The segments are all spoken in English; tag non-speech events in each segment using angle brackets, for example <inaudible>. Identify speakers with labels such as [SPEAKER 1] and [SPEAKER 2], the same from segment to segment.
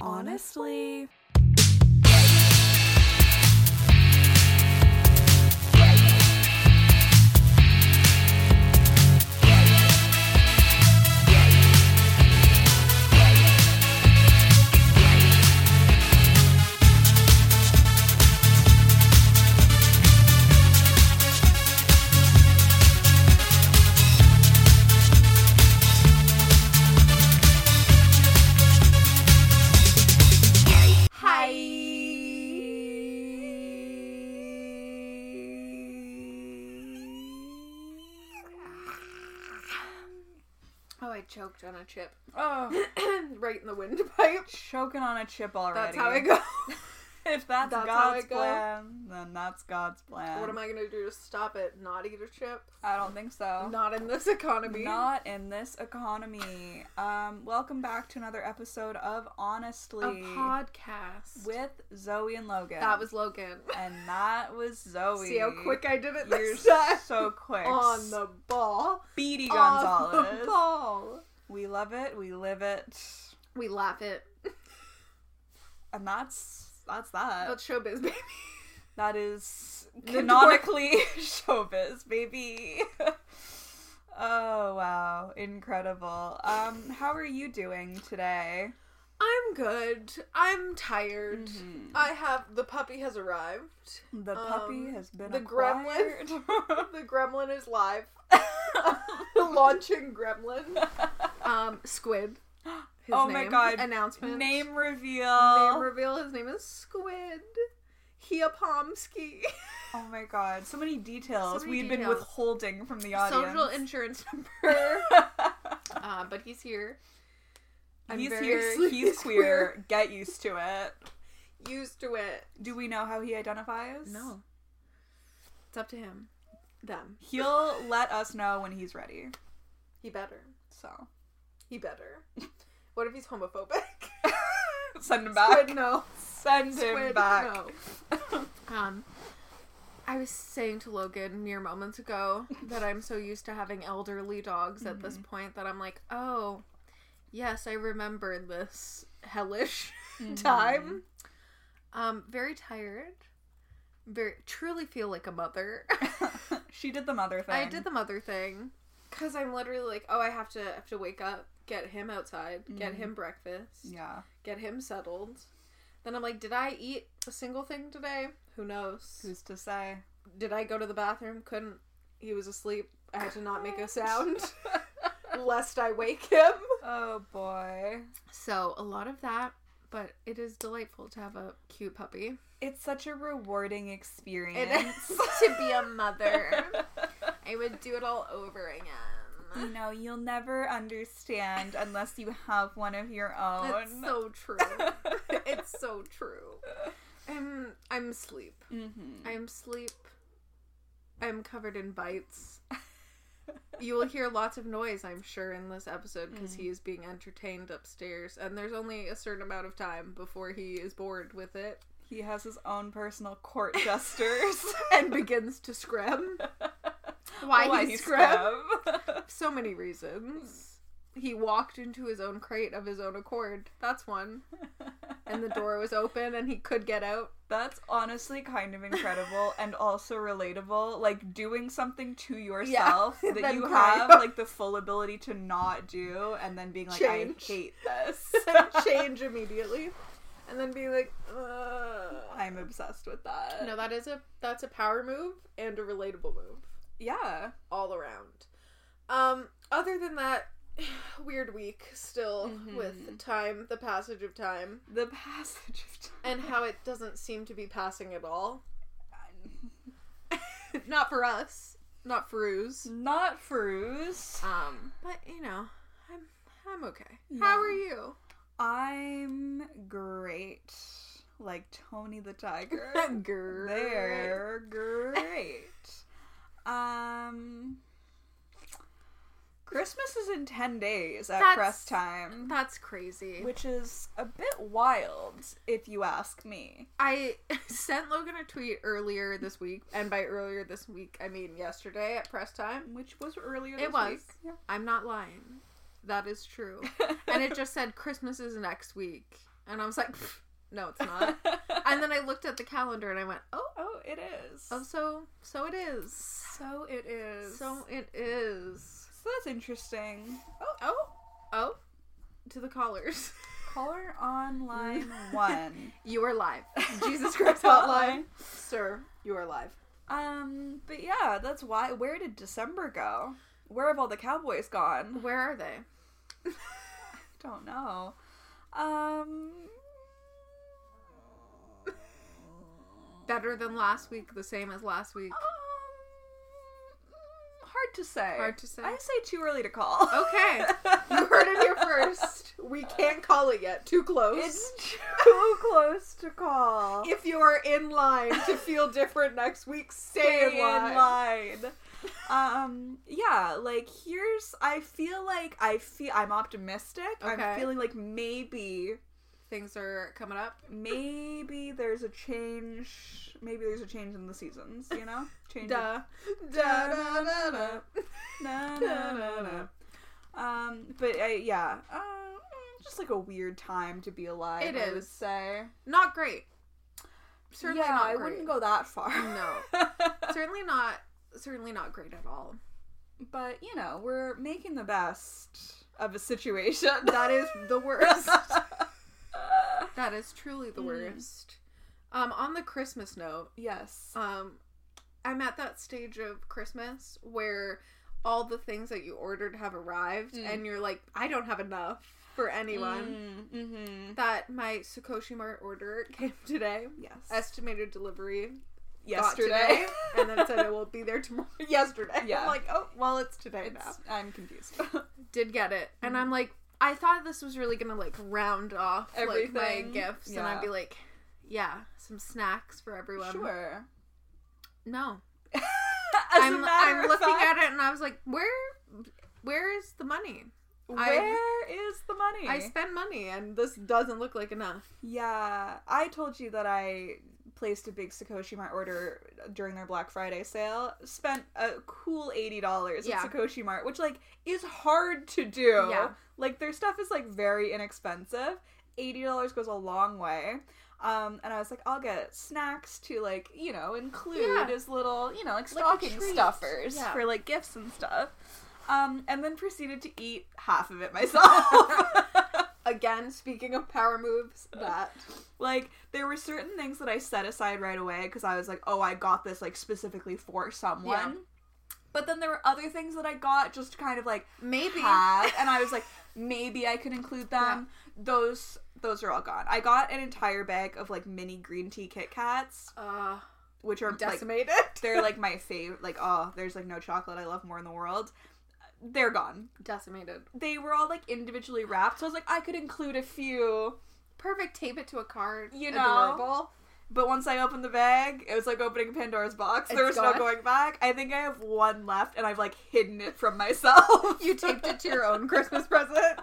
[SPEAKER 1] honestly. Hi.
[SPEAKER 2] Oh, I choked on a chip
[SPEAKER 1] Oh,
[SPEAKER 2] <coughs> right in the windpipe.
[SPEAKER 1] choking on a chip already.
[SPEAKER 2] That's how I go.
[SPEAKER 1] <laughs> If that's,
[SPEAKER 2] That's how
[SPEAKER 1] God's
[SPEAKER 2] it go.
[SPEAKER 1] plan, then that's God's plan.
[SPEAKER 2] what am I gonna do to stop it? Not eat a chip?
[SPEAKER 1] I don't think so.
[SPEAKER 2] Not in this economy.
[SPEAKER 1] Oh. Not in this economy. Um, welcome back to another episode of
[SPEAKER 2] a
[SPEAKER 1] Honestly
[SPEAKER 2] podcast.
[SPEAKER 1] with Zoe and Logan.
[SPEAKER 2] that was Logan.
[SPEAKER 1] and that was Zoe.
[SPEAKER 2] See how quick I did it
[SPEAKER 1] You're <laughs>
[SPEAKER 2] this time.
[SPEAKER 1] so quick.
[SPEAKER 2] on the ball.
[SPEAKER 1] Speedy
[SPEAKER 2] On
[SPEAKER 1] Gonzalez.
[SPEAKER 2] the <laughs> ball.
[SPEAKER 1] We love it. We live it.
[SPEAKER 2] We laugh it.
[SPEAKER 1] And that's that's that.
[SPEAKER 2] That's showbiz, baby.
[SPEAKER 1] That is
[SPEAKER 2] Good
[SPEAKER 1] canonically <laughs> showbiz, baby. <laughs> oh wow, incredible. Um, how are you doing today?
[SPEAKER 2] I'm good. I'm tired.
[SPEAKER 1] Mhm.
[SPEAKER 2] I have the puppy has arrived.
[SPEAKER 1] The puppy
[SPEAKER 2] Um,
[SPEAKER 1] has been
[SPEAKER 2] the
[SPEAKER 1] acquired. <laughs>
[SPEAKER 2] <laughs> The gremlin is live. <laughs> Launching gremlin.
[SPEAKER 1] <laughs>
[SPEAKER 2] Um, Squid. His
[SPEAKER 1] Oh my God.
[SPEAKER 2] Announcement.
[SPEAKER 1] Name reveal.
[SPEAKER 2] Name reveal. His name is Squid. Hiapomsky.
[SPEAKER 1] oh my god, so many details
[SPEAKER 2] So many
[SPEAKER 1] we've been
[SPEAKER 2] details.
[SPEAKER 1] withholding from the audience.
[SPEAKER 2] Social
[SPEAKER 1] <laughs>
[SPEAKER 2] insurance number. uh, but he's here. I'm
[SPEAKER 1] he's
[SPEAKER 2] very
[SPEAKER 1] here.
[SPEAKER 2] <laughs> sleepy
[SPEAKER 1] He's queer. Get used to it.
[SPEAKER 2] queer. Used to it.
[SPEAKER 1] Do we know how he identifies?
[SPEAKER 2] No. It's up to him. Them.
[SPEAKER 1] He'll let us know when he's ready.
[SPEAKER 2] He better.
[SPEAKER 1] So
[SPEAKER 2] He
[SPEAKER 1] <laughs>
[SPEAKER 2] better. What if he's homophobic? <laughs>
[SPEAKER 1] send him back.
[SPEAKER 2] Squid, no.
[SPEAKER 1] Send him
[SPEAKER 2] Squid,
[SPEAKER 1] back.
[SPEAKER 2] no. <laughs> Um, I was saying to Logan mere moments ago that I'm so used to having elderly dogs at
[SPEAKER 1] Mm-hmm.
[SPEAKER 2] this point that I'm like, oh, yes, I remember this hellish <laughs>
[SPEAKER 1] Mm-hmm.
[SPEAKER 2] time. Um, very tired. Very truly feel like a mother. <laughs>
[SPEAKER 1] <laughs> she did the mother thing.
[SPEAKER 2] I did the mother thing because I'm literally like, oh, I have to I have to wake up, get him outside, get
[SPEAKER 1] Mhm.
[SPEAKER 2] him breakfast,
[SPEAKER 1] Yeah.
[SPEAKER 2] get him settled. Then I'm like, did I eat a single thing today? Who knows?
[SPEAKER 1] Who's to say?
[SPEAKER 2] Did I go to the bathroom? Couldn't. He was asleep. I had to not make a sound <laughs> lest I wake him.
[SPEAKER 1] oh boy.
[SPEAKER 2] So a lot of that, but it is delightful to have a cute puppy.
[SPEAKER 1] It's such a rewarding
[SPEAKER 2] It
[SPEAKER 1] experience.
[SPEAKER 2] is <laughs>
[SPEAKER 1] <laughs>
[SPEAKER 2] to be a mother. <laughs> I would do it all over
[SPEAKER 1] you
[SPEAKER 2] again.
[SPEAKER 1] know, you'll never understand unless you have one of your own.
[SPEAKER 2] That's so true.
[SPEAKER 1] <laughs>
[SPEAKER 2] <laughs> it's so true. I'm I'm sleep.
[SPEAKER 1] Mhm.
[SPEAKER 2] I'm sleep. I'm covered in bites. You will hear lots of noise, I'm sure, in this episode because he is being entertained upstairs, and there's only a certain amount of time before he is bored with it <laughs>
[SPEAKER 1] He has his own personal court <laughs> jesters.
[SPEAKER 2] and begins to scrim. <laughs> Why, he scrim?
[SPEAKER 1] scrub? <laughs>
[SPEAKER 2] So many reasons. He walked into his own crate of his own accord. That's one. And the door was open, and he could get out. <laughs>
[SPEAKER 1] That's honestly kind of incredible and also relatable. Like doing something to
[SPEAKER 2] <laughs>
[SPEAKER 1] yourself that
[SPEAKER 2] then
[SPEAKER 1] you
[SPEAKER 2] cry.
[SPEAKER 1] have like the full ability to not do and then being like,
[SPEAKER 2] Change.
[SPEAKER 1] I hate
[SPEAKER 2] <laughs>
[SPEAKER 1] this. <laughs>
[SPEAKER 2] change immediately and then be like Ugh.
[SPEAKER 1] I'm obsessed with that.
[SPEAKER 2] no that is a that's a power move and a relatable move
[SPEAKER 1] Yeah.
[SPEAKER 2] all around um other than that <sighs> weird week still with time the passage of time
[SPEAKER 1] The passage of time.
[SPEAKER 2] and how it doesn't seem to be passing at all <laughs> not for us not for Ruse.
[SPEAKER 1] Not Fruz.
[SPEAKER 2] um but you know i'm i'm okay how are you
[SPEAKER 1] I'm great. Like Tony the
[SPEAKER 2] <laughs>
[SPEAKER 1] Tiger.
[SPEAKER 2] Girl.
[SPEAKER 1] They're great. um, Christmas is in ten days at
[SPEAKER 2] That's-
[SPEAKER 1] press time,
[SPEAKER 2] that's crazy
[SPEAKER 1] which is a bit wild, if you ask me.
[SPEAKER 2] I <laughs> sent Logan a tweet earlier this week, and by earlier this week, I mean yesterday at press time.
[SPEAKER 1] Which was earlier.
[SPEAKER 2] It
[SPEAKER 1] This
[SPEAKER 2] was.
[SPEAKER 1] Week. Yeah.
[SPEAKER 2] I'm not lying. That is true. and it just said Christmas is next week. And I was like, "Pfft, no, it's not. <laughs>
[SPEAKER 1] <laughs>
[SPEAKER 2] and then I looked at the calendar and I went, oh,
[SPEAKER 1] oh, it is.
[SPEAKER 2] oh, so so it is.
[SPEAKER 1] So it is.
[SPEAKER 2] So it is.
[SPEAKER 1] So that's interesting.
[SPEAKER 2] Oh oh oh, to the callers.
[SPEAKER 1] Caller on
[SPEAKER 2] <laughs>
[SPEAKER 1] line one.
[SPEAKER 2] You are live. <laughs> Jesus Christ hotline, sir. You are live.
[SPEAKER 1] Um, but yeah, that's why. Where did December go? Where have all the cowboys gone?
[SPEAKER 2] Where are they?
[SPEAKER 1] Don't know. Um,
[SPEAKER 2] Better than last week. The same as last <laughs> week.
[SPEAKER 1] um, hard to say.
[SPEAKER 2] Hard to say.
[SPEAKER 1] I say too early to call.
[SPEAKER 2] Okay.
[SPEAKER 1] <laughs>
[SPEAKER 2] You heard it here first. We can't call it yet. Too close. <laughs>
[SPEAKER 1] It's too close to call.
[SPEAKER 2] if you're in line to feel different next week, stay, in, line.
[SPEAKER 1] line. um yeah like here's i feel like i feel i'm optimistic i'm
[SPEAKER 2] Okay.
[SPEAKER 1] feeling like maybe
[SPEAKER 2] Things are coming up.
[SPEAKER 1] maybe there's a change maybe there's a change in the seasons you
[SPEAKER 2] <laughs>
[SPEAKER 1] know change of-
[SPEAKER 2] Duh. Da, da, da, da.
[SPEAKER 1] na, na, na, na. um but uh, yeah uh, mm, just like a weird time to be alive
[SPEAKER 2] It
[SPEAKER 1] i would
[SPEAKER 2] is.
[SPEAKER 1] say
[SPEAKER 2] Not great. Certainly
[SPEAKER 1] yeah
[SPEAKER 2] not
[SPEAKER 1] i
[SPEAKER 2] great.
[SPEAKER 1] wouldn't go that far
[SPEAKER 2] No. certainly not certainly not great at all.
[SPEAKER 1] <laughs> but you know we're making the best of a situation
[SPEAKER 2] <laughs>
[SPEAKER 1] <laughs>
[SPEAKER 2] That is the worst. Hmm. that is truly the
[SPEAKER 1] Mm.
[SPEAKER 2] worst. Um on the Christmas note,
[SPEAKER 1] yes
[SPEAKER 2] um I'm at that stage of Christmas where all the things that you ordered have arrived
[SPEAKER 1] Mm.
[SPEAKER 2] and you're like I don't have enough for anyone.
[SPEAKER 1] Mm, mhm.
[SPEAKER 2] That my Sakoshi Mart order <laughs> came today.
[SPEAKER 1] Yes.
[SPEAKER 2] Estimated delivery got <laughs>
[SPEAKER 1] Yesterday.
[SPEAKER 2] today,
[SPEAKER 1] <laughs>
[SPEAKER 2] and then said it will be there tomorrow. <laughs> Yesterday,
[SPEAKER 1] Yeah.
[SPEAKER 2] I'm like, oh, well, it's today now. Mm-hmm.
[SPEAKER 1] It's- I'm confused.
[SPEAKER 2] did get it and i'm like i thought this was really gonna like round off like my
[SPEAKER 1] Everything.
[SPEAKER 2] gifts and
[SPEAKER 1] Yeah.
[SPEAKER 2] i'd be like yeah some snacks for everyone
[SPEAKER 1] sure. <laughs>
[SPEAKER 2] no
[SPEAKER 1] As
[SPEAKER 2] i'm, I'm looking at it and i was like where where is the money I-
[SPEAKER 1] Where is the money?
[SPEAKER 2] i spend money and this doesn't look like enough
[SPEAKER 1] yeah, I told you that I placed a big Sakoshi Mart order during their Black Friday sale. Spent a cool eighty dollars
[SPEAKER 2] Yeah.
[SPEAKER 1] at Sakoshi Mart, which like is hard to do.
[SPEAKER 2] Yeah.
[SPEAKER 1] Like their stuff is like very inexpensive. Eighty dollars goes a long way. Um, and I was like, I'll get snacks to like, you know, include
[SPEAKER 2] Yeah.
[SPEAKER 1] as little, you know, like
[SPEAKER 2] Like a
[SPEAKER 1] stocking
[SPEAKER 2] treat.
[SPEAKER 1] stuffers
[SPEAKER 2] Yeah.
[SPEAKER 1] for like gifts and stuff. Um, and then proceeded to eat half of it
[SPEAKER 2] <laughs>
[SPEAKER 1] myself. <laughs>
[SPEAKER 2] again speaking of power moves that
[SPEAKER 1] like there were certain things that I set aside right away because I was like, oh, I got this like specifically for someone.
[SPEAKER 2] Yeah.
[SPEAKER 1] But then there were other things that I got just to kind of like
[SPEAKER 2] maybe
[SPEAKER 1] have, and I was like, maybe I could include them. Those those are all gone. I got an entire bag of like mini green tea Kit Kats,
[SPEAKER 2] <laughs> uh
[SPEAKER 1] which are like
[SPEAKER 2] <laughs> decimated
[SPEAKER 1] they're like my favorite. Like oh, there's like no chocolate I love more in the world. They're gone.
[SPEAKER 2] decimated
[SPEAKER 1] They were all like individually wrapped, so I was like, I could include a few.
[SPEAKER 2] perfect tape it to a card
[SPEAKER 1] You know.
[SPEAKER 2] adorable
[SPEAKER 1] But once I opened the bag, it was like opening Pandora's box. there was
[SPEAKER 2] It's
[SPEAKER 1] no
[SPEAKER 2] gone?
[SPEAKER 1] going back. I think I have one left, and I've like hidden it from myself.
[SPEAKER 2] <laughs> you
[SPEAKER 1] <laughs>
[SPEAKER 2] taped it to your own christmas present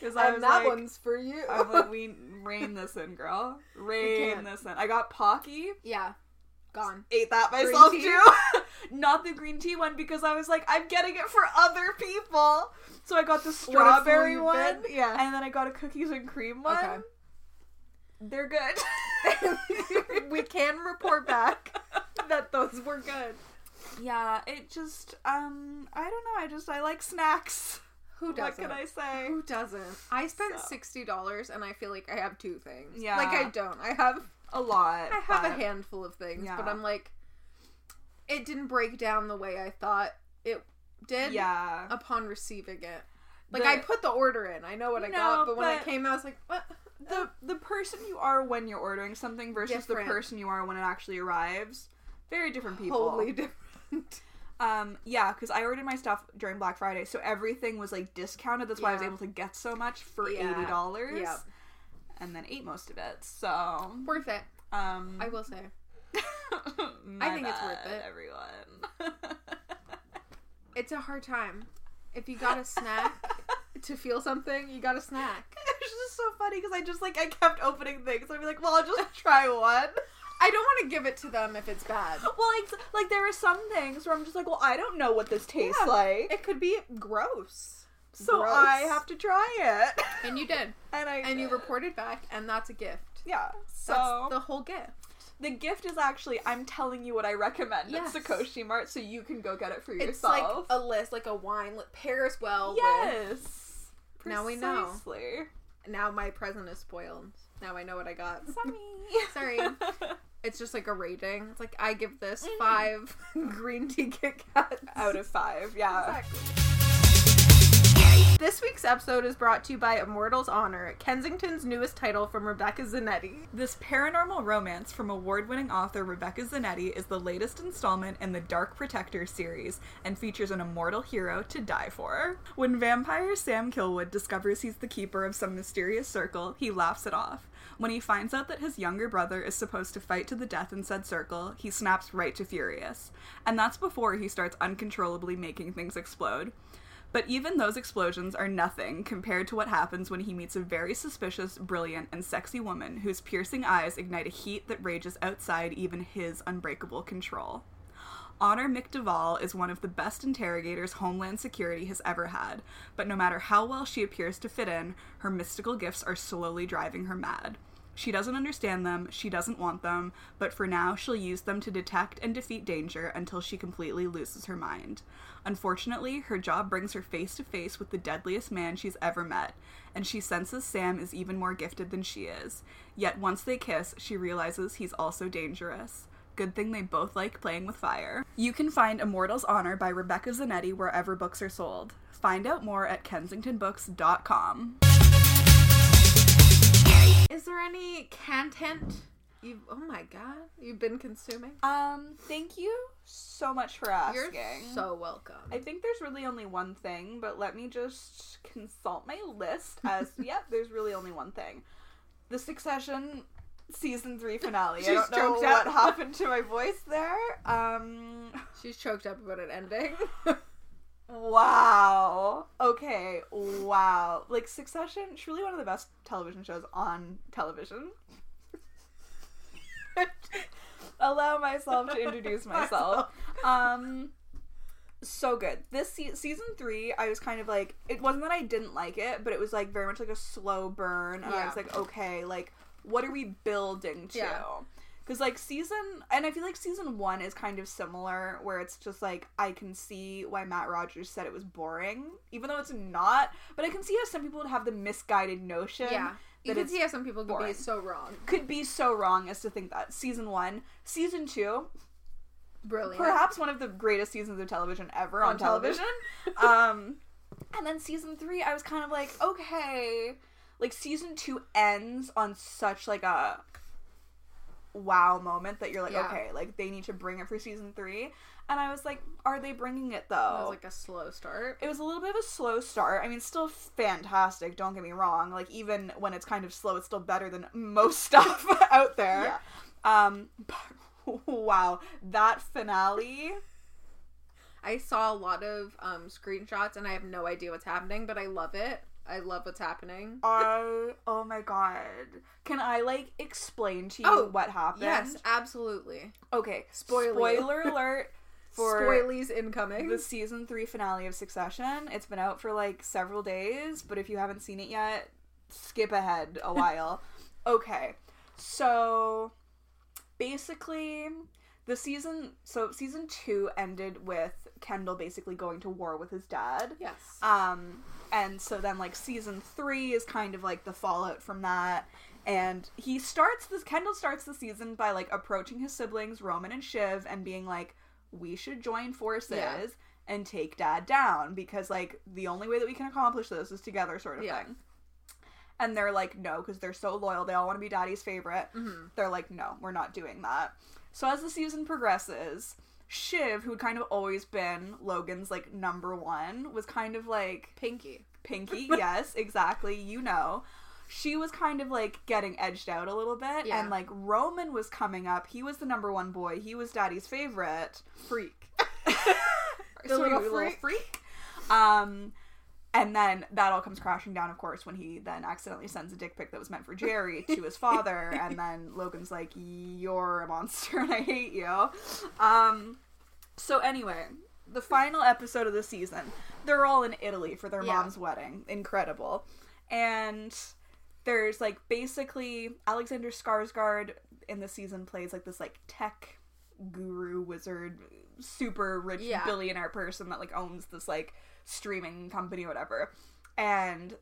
[SPEAKER 1] because <laughs> I
[SPEAKER 2] and
[SPEAKER 1] was
[SPEAKER 2] that
[SPEAKER 1] like,
[SPEAKER 2] one's for you
[SPEAKER 1] I was like, we rein this in, girl. Rein
[SPEAKER 2] can't.
[SPEAKER 1] this in. I got Pocky.
[SPEAKER 2] <laughs> Yeah. Gone.
[SPEAKER 1] Ate that
[SPEAKER 2] Green
[SPEAKER 1] myself
[SPEAKER 2] tea?
[SPEAKER 1] too. <laughs> Not the green tea one because I was like, I'm getting it for other people. So I got the
[SPEAKER 2] What a fool
[SPEAKER 1] strawberry
[SPEAKER 2] you've
[SPEAKER 1] one, <laughs>
[SPEAKER 2] been. Yeah.
[SPEAKER 1] and then I got a cookies and cream one.
[SPEAKER 2] Okay.
[SPEAKER 1] They're good.
[SPEAKER 2] <laughs> we can report
[SPEAKER 1] <laughs>
[SPEAKER 2] back that those were good.
[SPEAKER 1] yeah, it just um, I don't know. I just I like snacks.
[SPEAKER 2] Who
[SPEAKER 1] What
[SPEAKER 2] doesn't?
[SPEAKER 1] can I say?
[SPEAKER 2] Who doesn't? I spent
[SPEAKER 1] So.
[SPEAKER 2] sixty dollars and I feel like I have two things.
[SPEAKER 1] Yeah.
[SPEAKER 2] Like I don't. I have
[SPEAKER 1] A lot.
[SPEAKER 2] I have
[SPEAKER 1] but-
[SPEAKER 2] a handful of things,
[SPEAKER 1] Yeah.
[SPEAKER 2] but I'm like it didn't break down the way I thought it did
[SPEAKER 1] Yeah.
[SPEAKER 2] upon receiving it. Like
[SPEAKER 1] The-
[SPEAKER 2] I put the order in. I know what I
[SPEAKER 1] No,
[SPEAKER 2] got, but when I
[SPEAKER 1] but-
[SPEAKER 2] came out I was like, what?
[SPEAKER 1] the the person you are when you're ordering something versus
[SPEAKER 2] Different.
[SPEAKER 1] the person you are when it actually arrives. Very different people.
[SPEAKER 2] Totally different. <laughs>
[SPEAKER 1] Um, yeah, because I ordered my stuff during Black Friday, so everything was like discounted. That's why I was
[SPEAKER 2] Yeah.
[SPEAKER 1] able to get so much for
[SPEAKER 2] Yeah.
[SPEAKER 1] eighty dollars.
[SPEAKER 2] Yep.
[SPEAKER 1] And then ate most of it. So
[SPEAKER 2] Worth it,
[SPEAKER 1] um <laughs>
[SPEAKER 2] I will say.
[SPEAKER 1] my
[SPEAKER 2] think it's worth
[SPEAKER 1] bad,
[SPEAKER 2] it.
[SPEAKER 1] Everyone.
[SPEAKER 2] It's a hard time. If you got a snack
[SPEAKER 1] <laughs>
[SPEAKER 2] to feel something, you got a snack.
[SPEAKER 1] It's just so funny because I just like I kept opening things. I'd be like, well, I'll just <laughs> try one.
[SPEAKER 2] I don't want to give it to them if it's bad.
[SPEAKER 1] Well, like, like there are some things where I'm just like, well, I don't know what this tastes
[SPEAKER 2] Yeah.
[SPEAKER 1] like.
[SPEAKER 2] It could be gross.
[SPEAKER 1] So
[SPEAKER 2] Gross.
[SPEAKER 1] I have to try it.
[SPEAKER 2] <laughs>
[SPEAKER 1] <laughs>
[SPEAKER 2] And you did.
[SPEAKER 1] and I
[SPEAKER 2] And you reported back, and that's a gift.
[SPEAKER 1] Yeah.
[SPEAKER 2] That's
[SPEAKER 1] So
[SPEAKER 2] the whole gift.
[SPEAKER 1] the-, gift is actually I'm telling you what I recommend
[SPEAKER 2] Yes.
[SPEAKER 1] at Sakoshi Mart so you can go get it for
[SPEAKER 2] It's like
[SPEAKER 1] yourself.
[SPEAKER 2] a list, like a wine li- pairs well. With,
[SPEAKER 1] yes.
[SPEAKER 2] Now we know.
[SPEAKER 1] Precisely.
[SPEAKER 2] now my present is spoiled. Now I know what I got.
[SPEAKER 1] Sorry.
[SPEAKER 2] Sorry. It's just like a rating. It's like I give this
[SPEAKER 1] Mm.
[SPEAKER 2] five <laughs> green tea Kit Kats
[SPEAKER 1] <laughs> Out of five, yeah.
[SPEAKER 2] Exactly. This week's episode is brought to you by Immortals Honor, Kensington's newest title from Rebecca Zanetti.
[SPEAKER 1] This paranormal romance from award winning author Rebecca Zanetti is the latest installment in the Dark Protector series and features an immortal hero to die for. When vampire Sam Kilwood discovers he's the keeper of some mysterious circle, he laughs it off. When he finds out that his younger brother is supposed to fight to the death in said circle, he snaps right to furious. And that's before he starts uncontrollably making things explode. But even those explosions are nothing compared to what happens when he meets a very suspicious, brilliant, and sexy woman whose piercing eyes ignite a heat that rages outside even his unbreakable control. Honor McDuvall is one of the best interrogators Homeland Security has ever had, but no matter how well she appears to fit in, her mystical gifts are slowly driving her mad. She doesn't understand them, she doesn't want them, but for now she'll use them to detect and defeat danger until she completely loses her mind. Unfortunately, her job brings her face to face with the deadliest man she's ever met, and she senses Sam is even more gifted than she is. Yet once they kiss, she realizes he's also dangerous. Good thing they both like playing with fire. You can find Immortals Honor by Rebecca Zanetti wherever books are sold. Find out more at kensingtonbooks.com.
[SPEAKER 2] Is there any content you? Oh my god, you've been consuming.
[SPEAKER 1] Um, thank you so much for asking.
[SPEAKER 2] You're so welcome.
[SPEAKER 1] I think there's really only one thing, but let me just consult my list <laughs> as yep, there's really only one thing. The Succession season 3 finale. I
[SPEAKER 2] She's
[SPEAKER 1] don't know
[SPEAKER 2] choked
[SPEAKER 1] what
[SPEAKER 2] up.
[SPEAKER 1] happened to my voice there. Um
[SPEAKER 2] She's choked up about it <laughs> ending.
[SPEAKER 1] Wow. Okay. Wow. Like Succession, truly one of the best television shows on television. <laughs> Allow myself to
[SPEAKER 2] <laughs>
[SPEAKER 1] introduce myself. Um so good. This se- season 3, I was kind of like it wasn't that I didn't like it, but it was like very much like a slow burn and I
[SPEAKER 2] Yeah.
[SPEAKER 1] was like, "Okay, like what are we building to?"
[SPEAKER 2] Yeah.
[SPEAKER 1] Because, like, season, and I feel like season one is kind of similar, where it's just like, I can see why Matt Rogers said it was boring, even though it's not. But I can see how some people would have the misguided notion.
[SPEAKER 2] yeah, you
[SPEAKER 1] that
[SPEAKER 2] can
[SPEAKER 1] it's
[SPEAKER 2] see how some people could be
[SPEAKER 1] boring.
[SPEAKER 2] so wrong.
[SPEAKER 1] Could be so wrong as to think that. Season one. Season two,
[SPEAKER 2] Brilliant.
[SPEAKER 1] perhaps one of the greatest seasons of television ever on,
[SPEAKER 2] on television.
[SPEAKER 1] television. <laughs> um, and then season three, I was kind of like, okay. Like, season two ends on such, like, a wow moment that you're like,
[SPEAKER 2] Yeah.
[SPEAKER 1] okay, like they need to bring it for season three. And I was like, are they bringing it though?
[SPEAKER 2] That was like a slow start.
[SPEAKER 1] it was a little bit of a slow start. I mean, still fantastic. Don't get me wrong. Like even when it's kind of slow, it's still better than <laughs> most stuff out there. Um, <laughs> but wow, that finale.
[SPEAKER 2] I saw a lot of um, screenshots, and I have no idea what's happening, but I love it. I love what's happening.
[SPEAKER 1] I oh my god. Can I like explain to you
[SPEAKER 2] Oh,
[SPEAKER 1] what happened?
[SPEAKER 2] Yes, absolutely.
[SPEAKER 1] Okay.
[SPEAKER 2] Spoiler.
[SPEAKER 1] Spoiler alert for
[SPEAKER 2] Spoilies incoming.
[SPEAKER 1] the season three finale of Succession. It's been out for like several days, but if you haven't seen it yet, skip ahead <laughs> a while. okay, so basically, the season so season two ended with Kendall basically going to war with his dad.
[SPEAKER 2] yes.
[SPEAKER 1] Um, and so then like season three is kind of like the fallout from that. And he starts this Kendall starts the season by like approaching his siblings, Roman and Shiv, and being like, We should join forces
[SPEAKER 2] Yeah.
[SPEAKER 1] and take dad down because like the only way that we can accomplish this is together sort of
[SPEAKER 2] Yeah.
[SPEAKER 1] thing. And they're like, no, because they're so loyal. They all want to be daddy's favorite
[SPEAKER 2] Mhm.
[SPEAKER 1] they're like, no, we're not doing that. So as the season progresses, Shiv, who had kind of always been Logan's like number one, was kind of like
[SPEAKER 2] Pinky. <laughs>
[SPEAKER 1] Pinky, yes, exactly, you know. She was kind of like getting edged out a little bit,
[SPEAKER 2] Yeah.
[SPEAKER 1] and like Roman was coming up. He was the number one boy. He was Daddy's favorite
[SPEAKER 2] Freak.
[SPEAKER 1] <laughs>
[SPEAKER 2] <laughs>
[SPEAKER 1] the little freak. Um, and then that all comes crashing down, of course, when he then accidentally sends a dick pic that was meant for Jerry to his father, and then Logan's like, "You're a monster, and I hate you." Um, so anyway, the final episode of the season. They're all in Italy for their
[SPEAKER 2] Yeah.
[SPEAKER 1] mom's wedding. Incredible. And there's like basically Alexander Skarsgård in the season plays like this like tech guru wizard super rich
[SPEAKER 2] Yeah.
[SPEAKER 1] billionaire person that like owns this like streaming company or whatever. And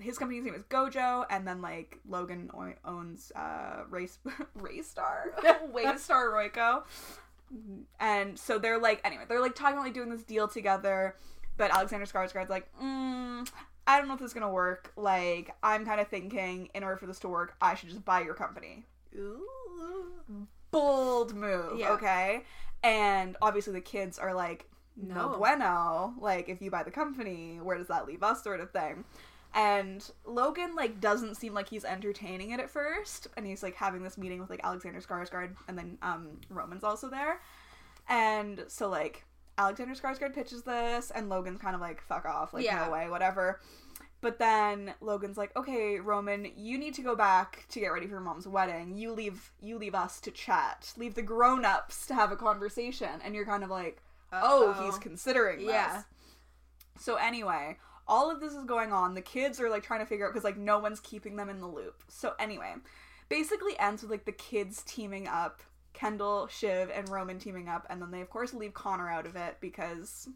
[SPEAKER 1] his company's name is Gojo, and then like Logan o- owns uh race <laughs> Raystar,
[SPEAKER 2] <laughs>
[SPEAKER 1] Waystar Royco, and so they're like anyway they're like talking about like doing this deal together, but Alexander Skarsgård's like, mm, I don't know if this is gonna work. Like I'm kind of thinking in order for this to work, I should just buy your company. Oh, Bold move,
[SPEAKER 2] Yeah.
[SPEAKER 1] okay? And obviously the kids are like, no.
[SPEAKER 2] No.
[SPEAKER 1] bueno. Like if you buy the company, where does that leave us? Sort of thing. And Logan like doesn't seem like he's entertaining it at first, and he's like having this meeting with like Alexander Skarsgård, and then um Roman's also there, and so like Alexander Skarsgård pitches this, and Logan's kind of like fuck off, like
[SPEAKER 2] Yeah.
[SPEAKER 1] no way, whatever. But then Logan's like, okay, Roman, you need to go back to get ready for your mom's wedding. You leave, you leave us to chat. Leave the grown ups to have a conversation, and you're kind of like, oh,
[SPEAKER 2] Uh-oh.
[SPEAKER 1] he's considering this.
[SPEAKER 2] Yeah.
[SPEAKER 1] So anyway, all of this is going on. The kids are like trying to figure out because like no one's keeping them in the loop. So anyway, basically ends with like the kids teaming up, Kendall, Shiv, and Roman teaming up, and then they of course leave Connor out of it because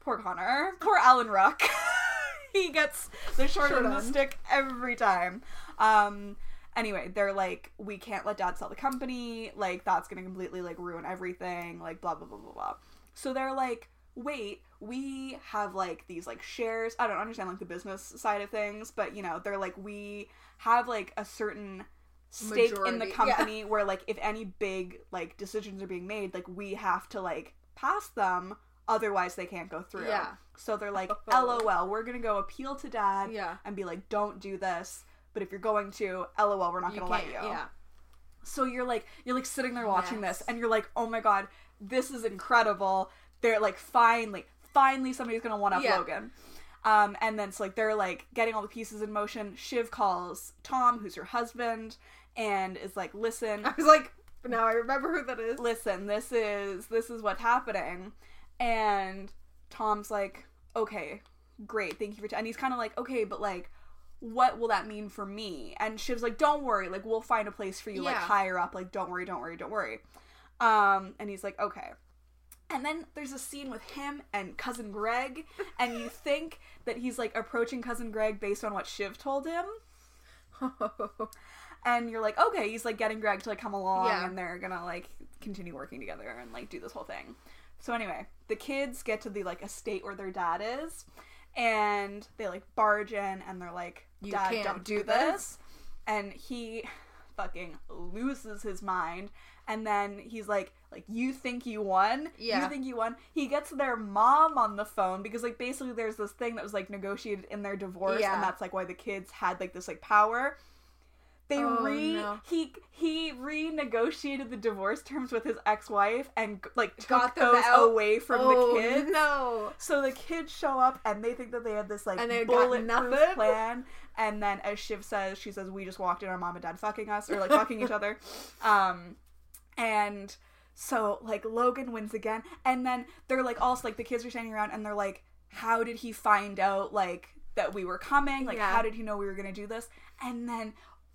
[SPEAKER 1] poor Connor, poor Alan Ruck. <laughs> he gets the short
[SPEAKER 2] Short
[SPEAKER 1] end of the
[SPEAKER 2] end.
[SPEAKER 1] stick every time. Um anyway, they're like, we can't let dad sell the company. Like, that's going to completely, like, ruin everything. Like, blah, blah, blah, blah, blah. So they're like, wait, we have, like, these, like, shares. I don't understand, like, the business side of things, but, you know, they're like, we have, like, a certain stake in the
[SPEAKER 2] Majority, yeah.
[SPEAKER 1] company where, like, if any big, like, decisions are being made, like, we have to, like, pass them. Otherwise, they can't go through.
[SPEAKER 2] Yeah. Oh.
[SPEAKER 1] So they're
[SPEAKER 2] <laughs>
[SPEAKER 1] like, LOL, we're going to go appeal to dad
[SPEAKER 2] Yeah.
[SPEAKER 1] and be like, don't do this. But if you're going to, lol, we're not
[SPEAKER 2] You
[SPEAKER 1] going to let you.
[SPEAKER 2] can't-
[SPEAKER 1] <laughs>
[SPEAKER 2] Yeah.
[SPEAKER 1] So you're like, you're like sitting there watching this
[SPEAKER 2] Yes.
[SPEAKER 1] and you're like, oh my God, this is incredible. They're like, finally, finally somebody's going to one up
[SPEAKER 2] Yeah.
[SPEAKER 1] Logan. Um, and then it's like, they're like getting all the pieces in motion. Shiv calls Tom, who's her husband, and is like, listen,
[SPEAKER 2] I was like, now I remember who that is.
[SPEAKER 1] listen this is this is what's happening and tom's like okay great thank you for t-. and he's kind of like okay but like what will that mean for me and shiv's like don't worry like we'll find a place for you like
[SPEAKER 2] Yeah.
[SPEAKER 1] higher up like don't worry don't worry don't worry um and he's like okay and then there's a scene with him and cousin greg and you think that he's like approaching cousin greg based on what shiv told him and you're like, okay, he's like getting Greg to like come along,
[SPEAKER 2] Yeah.
[SPEAKER 1] and they're gonna like continue working together and like do this whole thing. So anyway, the kids get to the like estate where their dad is, and they like barge in, and they're like,
[SPEAKER 2] You
[SPEAKER 1] "Dad,
[SPEAKER 2] can't
[SPEAKER 1] don't do
[SPEAKER 2] do this."
[SPEAKER 1] this," and he fucking loses his mind, and then he's like, "Like you think you won?
[SPEAKER 2] Yeah.
[SPEAKER 1] You think you won?" He gets their mom on the phone because like basically there's this thing that was like negotiated in their divorce,
[SPEAKER 2] Yeah.
[SPEAKER 1] and that's like why the kids had like this like power. They
[SPEAKER 2] Oh,
[SPEAKER 1] re
[SPEAKER 2] no.
[SPEAKER 1] he he renegotiated the divorce terms with his ex-wife and like took
[SPEAKER 2] Got them
[SPEAKER 1] those
[SPEAKER 2] out?
[SPEAKER 1] away from
[SPEAKER 2] Oh,
[SPEAKER 1] the kids.
[SPEAKER 2] No.
[SPEAKER 1] So the kids show up and they think that they have this like
[SPEAKER 2] And they got
[SPEAKER 1] bulletproof
[SPEAKER 2] nothing?
[SPEAKER 1] plan. And then as Shiv says, she says, "We just walked in on mom and dad fucking us or like fucking
[SPEAKER 2] <laughs>
[SPEAKER 1] each other." Um, and so like Logan wins again, and then they're like also like the kids are standing around and they're like, "How did he find out like that we were coming? Like
[SPEAKER 2] Yeah.
[SPEAKER 1] how did he know we were gonna do this?" And then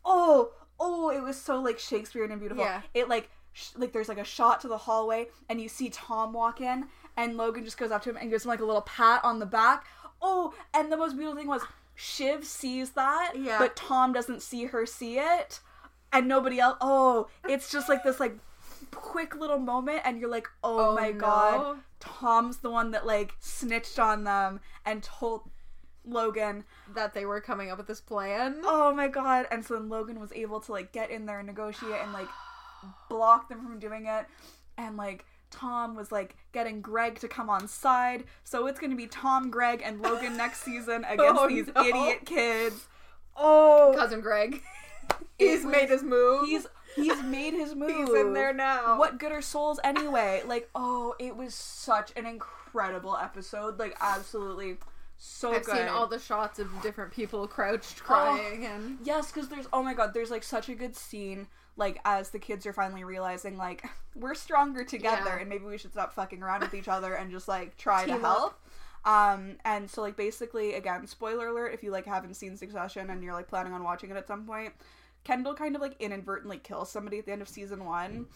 [SPEAKER 1] oh oh, it was so like Shakespearean and beautiful.
[SPEAKER 2] Yeah.
[SPEAKER 1] It like sh- like there's like a shot to the hallway and you see Tom walk in and Logan just goes up to him and gives him like a little pat on the back. Oh, and the most beautiful thing was Shiv sees that,
[SPEAKER 2] Yeah.
[SPEAKER 1] but Tom doesn't see her see it and nobody else. Oh, it's just like this like quick little moment and you're like, "Oh,
[SPEAKER 2] Oh,
[SPEAKER 1] my
[SPEAKER 2] no.
[SPEAKER 1] god, Tom's the one that like snitched on them and told Logan."
[SPEAKER 2] That they were coming up with this plan.
[SPEAKER 1] oh my god and so then logan was able to like get in there and negotiate and
[SPEAKER 2] <gasps>
[SPEAKER 1] like block them from doing it and like tom was like getting greg to come on side so it's going to be tom greg and
[SPEAKER 2] <laughs>
[SPEAKER 1] logan next season against
[SPEAKER 2] Oh,
[SPEAKER 1] these
[SPEAKER 2] no.
[SPEAKER 1] idiot kids oh
[SPEAKER 2] Cousin Greg.
[SPEAKER 1] It
[SPEAKER 2] <laughs> he's
[SPEAKER 1] was-
[SPEAKER 2] made his move.
[SPEAKER 1] Oh, he's he's made
[SPEAKER 2] <laughs>
[SPEAKER 1] his move
[SPEAKER 2] He's in there now.
[SPEAKER 1] what good are souls anyway like oh it was such an incredible episode like absolutely So
[SPEAKER 2] I've
[SPEAKER 1] good. Oh.
[SPEAKER 2] seen all the shots of different people crouched crying and
[SPEAKER 1] Yes, because there's oh my god, there's like such a good scene, like as the kids are finally realizing like <laughs> we're stronger together
[SPEAKER 2] Yeah.
[SPEAKER 1] and maybe we should stop fucking around with each other and just like try to
[SPEAKER 2] Team up.
[SPEAKER 1] help. Um and so like basically again, spoiler alert if you like haven't seen Succession and you're like planning on watching it at some point, Kendall kind of like inadvertently kills somebody at the end of season 1.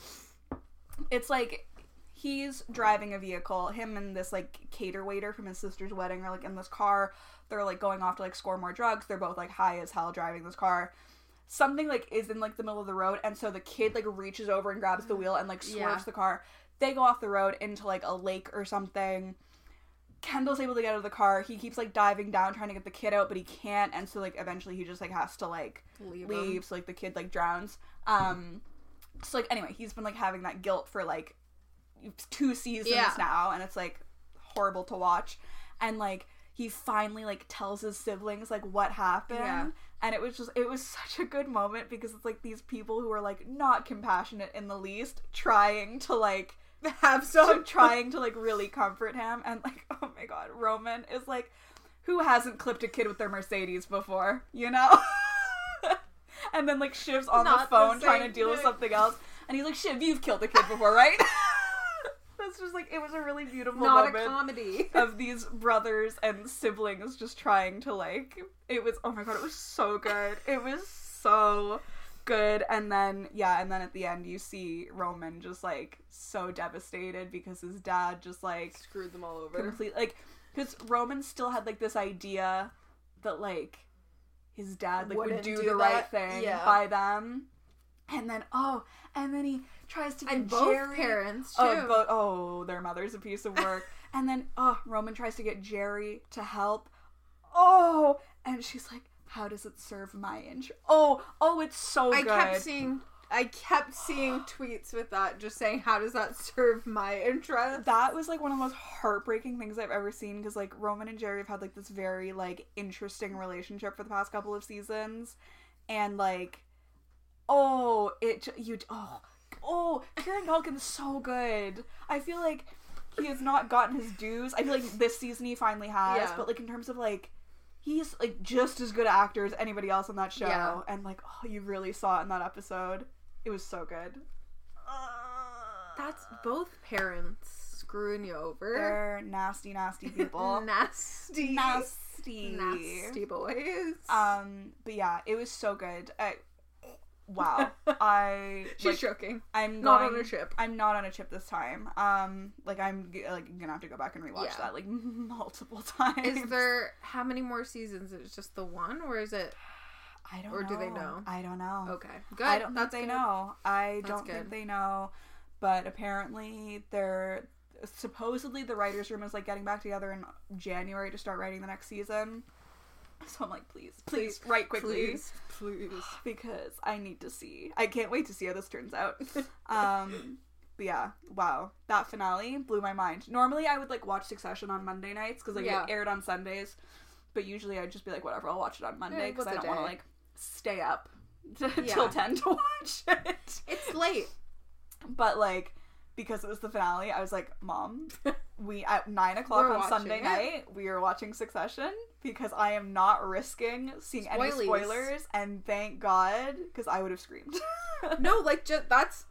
[SPEAKER 1] It's like he's driving a vehicle. Him and this like cater waiter from his sister's wedding are like in this car. They're like going off to like score more drugs. They're both like high as hell driving this car. Something like is in like the middle of the road, and so the kid like reaches over and grabs the wheel and like swerves
[SPEAKER 2] Yeah.
[SPEAKER 1] the car. They go off the road into like a lake or something. Kendall's able to get out of the car. He keeps like diving down trying to get the kid out, but he can't, and so like eventually he just like has to like
[SPEAKER 2] leave. 'em. <laughs>
[SPEAKER 1] leaves like the kid like drowns um so like anyway he's been like having that guilt for like two seasons
[SPEAKER 2] Yeah.
[SPEAKER 1] now and it's like horrible to watch and like he finally like tells his siblings like what happened
[SPEAKER 2] Yeah.
[SPEAKER 1] and it was just it was <laughs> such a good moment because it's like these people who are like not compassionate in the least trying to like <laughs>
[SPEAKER 2] Have
[SPEAKER 1] so
[SPEAKER 2] some
[SPEAKER 1] trying to like really comfort him and like <laughs> oh my god roman is like who hasn't clipped a kid with their mercedes before you know <laughs> and then like shiv's on
[SPEAKER 2] Not
[SPEAKER 1] the
[SPEAKER 2] the
[SPEAKER 1] phone trying to
[SPEAKER 2] same
[SPEAKER 1] deal with
[SPEAKER 2] thing.
[SPEAKER 1] something else and he's like shiv you've killed a kid before right
[SPEAKER 2] <laughs>
[SPEAKER 1] that's just like it was a really beautiful
[SPEAKER 2] not a
[SPEAKER 1] moment
[SPEAKER 2] comedy.
[SPEAKER 1] of these brothers and siblings just trying to like it was oh my god it was so good it was so good and then yeah and then at the end you see roman just like so devastated because his dad just like
[SPEAKER 2] <laughs> Screwed them all over.
[SPEAKER 1] complete like because roman still had like this idea that like his dad like would
[SPEAKER 2] Wouldn't
[SPEAKER 1] do,
[SPEAKER 2] do
[SPEAKER 1] the right
[SPEAKER 2] that.
[SPEAKER 1] thing
[SPEAKER 2] Yeah.
[SPEAKER 1] by them and then oh and then he tries to
[SPEAKER 2] And
[SPEAKER 1] get
[SPEAKER 2] both
[SPEAKER 1] Jerry.
[SPEAKER 2] parents too.
[SPEAKER 1] Oh, but oh, their mother's a piece of
[SPEAKER 2] <laughs>
[SPEAKER 1] work. and then oh, Roman tries to get Jerry to help. Oh, and she's like, "How does it serve my interest?" Oh, oh, it's so
[SPEAKER 2] I
[SPEAKER 1] good.
[SPEAKER 2] kept seeing I kept seeing tweets with that just saying how does that serve my interest?
[SPEAKER 1] that was like one of the most heartbreaking things I've ever seen because like Roman and Jerry have had like this very like interesting relationship for the past couple of seasons, and like, oh, it j- you oh oh Kieran Culkin's so good. I feel like he has not gotten his dues. I feel like this season he finally has,
[SPEAKER 2] Yeah.
[SPEAKER 1] but like in terms of like. He's like just as good an actor as anybody else on that show,
[SPEAKER 2] Yeah.
[SPEAKER 1] and like, oh, you really saw it in that episode. It was so good.
[SPEAKER 2] That's both parents screwing you over.
[SPEAKER 1] They're nasty,
[SPEAKER 2] <laughs>
[SPEAKER 1] nasty people.
[SPEAKER 2] Nasty.
[SPEAKER 1] nasty.
[SPEAKER 2] Nasty boys.
[SPEAKER 1] Um, but yeah, it was so good. I,
[SPEAKER 2] <laughs>
[SPEAKER 1] wow, I
[SPEAKER 2] She's
[SPEAKER 1] like,
[SPEAKER 2] <laughs> joking.
[SPEAKER 1] I'm
[SPEAKER 2] Not
[SPEAKER 1] going-
[SPEAKER 2] on a trip.
[SPEAKER 1] I'm not on a trip this time. Um, like I'm g- like gonna have to go back and rewatch
[SPEAKER 2] Yeah.
[SPEAKER 1] that like <laughs> multiple times.
[SPEAKER 2] Is there how many more seasons? Is it just the one, or is <sighs> it
[SPEAKER 1] I don't.
[SPEAKER 2] or do they know?
[SPEAKER 1] I don't know.
[SPEAKER 2] okay? Good.
[SPEAKER 1] I don't
[SPEAKER 2] That's
[SPEAKER 1] think they
[SPEAKER 2] good.
[SPEAKER 1] know. I
[SPEAKER 2] That's
[SPEAKER 1] don't think
[SPEAKER 2] good.
[SPEAKER 1] they know. But apparently, they're supposedly the writers' room is like getting back together in January to start writing the next season. <laughs> So I'm like, please, please, write quickly
[SPEAKER 2] Please, please.
[SPEAKER 1] because I need to see. I can't wait to see how this turns
[SPEAKER 2] <laughs>
[SPEAKER 1] out. Um, but yeah, wow, that finale blew my mind. Normally, I would like watch Succession on Monday nights because like
[SPEAKER 2] Yeah.
[SPEAKER 1] it aired on Sundays, but usually I'd just be like, whatever, I'll watch it on Monday
[SPEAKER 2] Yeah,
[SPEAKER 1] because I
[SPEAKER 2] what's Eh, a
[SPEAKER 1] don't want to
[SPEAKER 2] day?
[SPEAKER 1] like stay up <laughs> till
[SPEAKER 2] Yeah.
[SPEAKER 1] ten to watch it.
[SPEAKER 2] It's late.
[SPEAKER 1] But like, because it was the finale, I was like,
[SPEAKER 2] <laughs>
[SPEAKER 1] Mom, we at nine o'clock
[SPEAKER 2] We're
[SPEAKER 1] on Sunday
[SPEAKER 2] watching it.
[SPEAKER 1] night, we are watching Succession because I am not risking seeing any
[SPEAKER 2] Spoilies.
[SPEAKER 1] spoilers, and thank God because I would have screamed. <laughs>
[SPEAKER 2] No, like just that's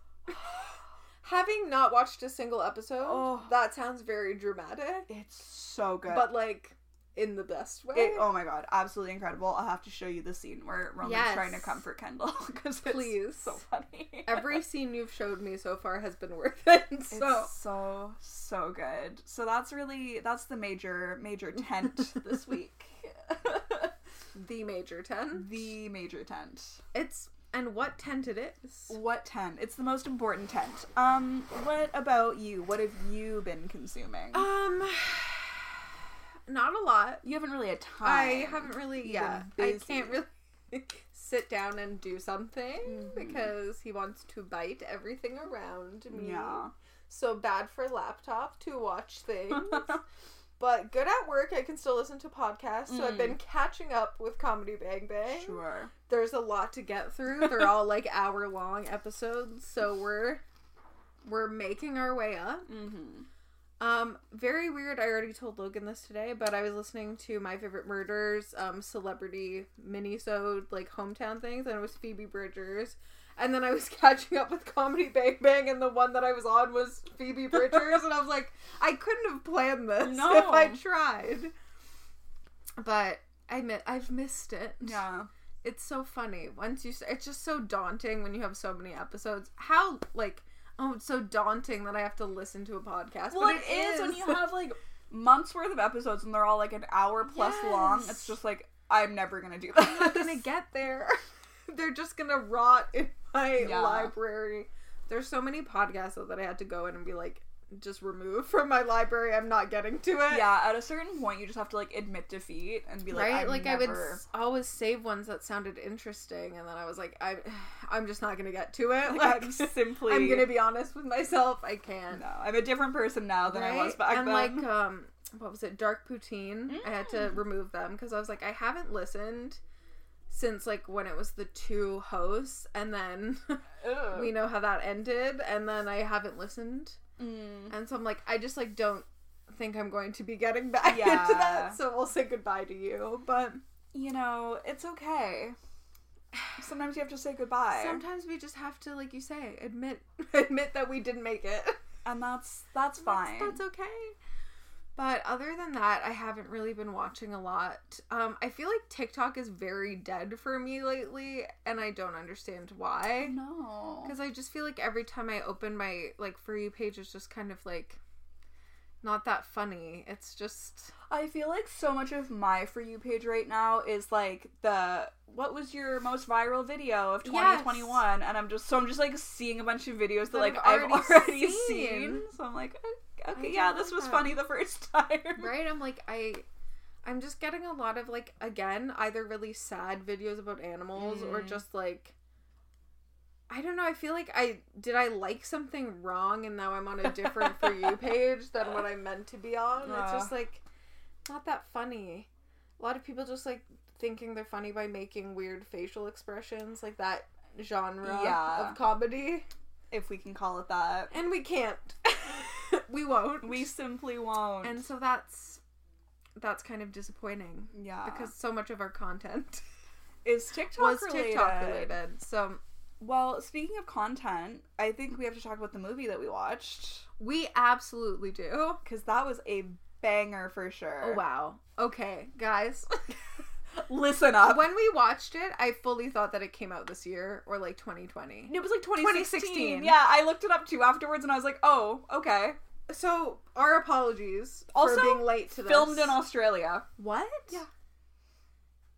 [SPEAKER 2] having not watched a single episode.
[SPEAKER 1] Oh.
[SPEAKER 2] That sounds very dramatic,
[SPEAKER 1] It's so good.
[SPEAKER 2] but like in the best way.
[SPEAKER 1] it, oh my god, absolutely incredible! I'll have to show you the scene where Roman's
[SPEAKER 2] Yes.
[SPEAKER 1] trying to comfort Kendall <laughs> because it's
[SPEAKER 2] Please.
[SPEAKER 1] so funny.
[SPEAKER 2] <laughs> <laughs> Every scene you've showed me so far has been worth it.
[SPEAKER 1] <laughs>
[SPEAKER 2] <laughs>
[SPEAKER 1] It's
[SPEAKER 2] So
[SPEAKER 1] so so good. So that's really that's the major major
[SPEAKER 2] <laughs>
[SPEAKER 1] tent this week.
[SPEAKER 2] the major ten.
[SPEAKER 1] the major tent.
[SPEAKER 2] It's and what tent it is.
[SPEAKER 1] What tent? It's the most important tent. Um, what about you? What have you been consuming?
[SPEAKER 2] Um, not a lot.
[SPEAKER 1] you haven't really a time.
[SPEAKER 2] I haven't really.
[SPEAKER 1] You've
[SPEAKER 2] Yeah,
[SPEAKER 1] been
[SPEAKER 2] I
[SPEAKER 1] busy.
[SPEAKER 2] can't really <laughs> sit down and do something because he wants to bite everything around me.
[SPEAKER 1] Yeah.
[SPEAKER 2] So bad for laptop to watch things. But good at work, I can still listen to podcasts. So I've been catching up with Comedy Bang Bang.
[SPEAKER 1] Sure.
[SPEAKER 2] There's a lot to get through. They're all
[SPEAKER 1] <laughs>
[SPEAKER 2] like hour long episodes, so we're we're making our way up.
[SPEAKER 1] Mm-hmm.
[SPEAKER 2] Um, very weird. I already told Logan this today, but I was listening to my favorite murders, um, celebrity minisode like hometown things, and it was Phoebe Bridgers. And then I was <laughs> catching up with Comedy Bang Bang, and the one that I was on was Phoebe Bridgers, and I was like, I couldn't have planned this
[SPEAKER 1] No.
[SPEAKER 2] if I tried. But I mi- I've missed it.
[SPEAKER 1] Yeah.
[SPEAKER 2] it's so funny once you. s- It's just so daunting when you have so many episodes. How like. Oh, it's so daunting that I have to listen to a podcast.
[SPEAKER 1] Well,
[SPEAKER 2] but
[SPEAKER 1] it is. when you have like months worth of episodes and they're all like an hour plus long.
[SPEAKER 2] Yes.
[SPEAKER 1] It's just like I'm never gonna do
[SPEAKER 2] I'm
[SPEAKER 1] <laughs>
[SPEAKER 2] not <laughs> gonna
[SPEAKER 1] that.
[SPEAKER 2] get there. They're just gonna rot in my
[SPEAKER 1] Yeah.
[SPEAKER 2] library. There's so many podcasts though, that I had to go in and be like, just remove <laughs> from my library. I'm not getting to it.
[SPEAKER 1] yeah, at a certain point, you just have to like admit defeat and be like,
[SPEAKER 2] right.
[SPEAKER 1] I'm
[SPEAKER 2] like I
[SPEAKER 1] never...
[SPEAKER 2] would s- always save ones that sounded interesting, and then I was like, I, <sighs> I'm just not gonna get to it. <laughs>
[SPEAKER 1] <laughs>
[SPEAKER 2] Like,
[SPEAKER 1] Like, I'm simply.
[SPEAKER 2] I'm <laughs> gonna be honest with myself. I can't.
[SPEAKER 1] <laughs> No, I'm a different person now than I was
[SPEAKER 2] Right?
[SPEAKER 1] back
[SPEAKER 2] and
[SPEAKER 1] then.
[SPEAKER 2] like um what was it dark poutine i had
[SPEAKER 1] Mm.
[SPEAKER 2] to remove them because i was like i haven't listened since like when it was the two hosts and then <laughs>
[SPEAKER 1] Ugh.
[SPEAKER 2] we know how that ended and then i haven't listened
[SPEAKER 1] Mm.
[SPEAKER 2] and so i'm like i just like don't think i'm going to be getting <laughs> back into
[SPEAKER 1] Yeah.
[SPEAKER 2] that so we'll say goodbye to you but
[SPEAKER 1] You know, it's okay. Sometimes you have to say goodbye,
[SPEAKER 2] sometimes we just have to like you say admit <laughs> admit that we didn't make it
[SPEAKER 1] and that's that's fine.
[SPEAKER 2] That's, that's okay. But other than that, I haven't really been watching a lot. Um, I feel like TikTok is very dead for me lately, and I don't understand why.
[SPEAKER 1] no,
[SPEAKER 2] Because I just feel like every time I open my like for you page, it's just kind of like not that funny. It's just
[SPEAKER 1] I feel like so much of my for you page right now is like the what was your most viral video of
[SPEAKER 2] Yes.
[SPEAKER 1] 2021 and I'm just so I'm just like seeing a bunch of videos that,
[SPEAKER 2] That
[SPEAKER 1] like
[SPEAKER 2] I've
[SPEAKER 1] I've
[SPEAKER 2] already
[SPEAKER 1] already,
[SPEAKER 2] seen.
[SPEAKER 1] seen. so I'm like "Oh,
[SPEAKER 2] I
[SPEAKER 1] okay yeah
[SPEAKER 2] don't
[SPEAKER 1] this
[SPEAKER 2] like
[SPEAKER 1] was
[SPEAKER 2] that.
[SPEAKER 1] funny the first <laughs> time
[SPEAKER 2] right. I'm like I. I'm just getting a lot of like again either really sad videos about animals or
[SPEAKER 1] Mm.
[SPEAKER 2] just like I don't know. I feel like I did I like something wrong and now I'm on a different for
[SPEAKER 1] <laughs>
[SPEAKER 2] you page than what I meant to be on. It's
[SPEAKER 1] Yeah.
[SPEAKER 2] just like not that funny. A lot of people just like thinking they're funny by making weird facial expressions like that genre
[SPEAKER 1] Yeah.
[SPEAKER 2] of comedy
[SPEAKER 1] if we can call it that
[SPEAKER 2] and we can't. <laughs> we won't.
[SPEAKER 1] we simply won't
[SPEAKER 2] and so that's that's kind of disappointing
[SPEAKER 1] yeah
[SPEAKER 2] because so much of our content
[SPEAKER 1] is TikTok
[SPEAKER 2] was
[SPEAKER 1] related?
[SPEAKER 2] TikTok related. So
[SPEAKER 1] well speaking of content I think we have to talk about the movie that we watched
[SPEAKER 2] we absolutely do.
[SPEAKER 1] because that was a banger for sure
[SPEAKER 2] Oh wow. Okay, guys.
[SPEAKER 1] listen up
[SPEAKER 2] when we watched it, I fully thought that it came out this year or like 2020.
[SPEAKER 1] It was like 2016.
[SPEAKER 2] 2016.
[SPEAKER 1] Yeah, I looked it up too afterwards and I was like, oh, okay.
[SPEAKER 2] So, our apologies
[SPEAKER 1] Also,
[SPEAKER 2] for being late to this.
[SPEAKER 1] Filmed in Australia.
[SPEAKER 2] What?
[SPEAKER 1] Yeah.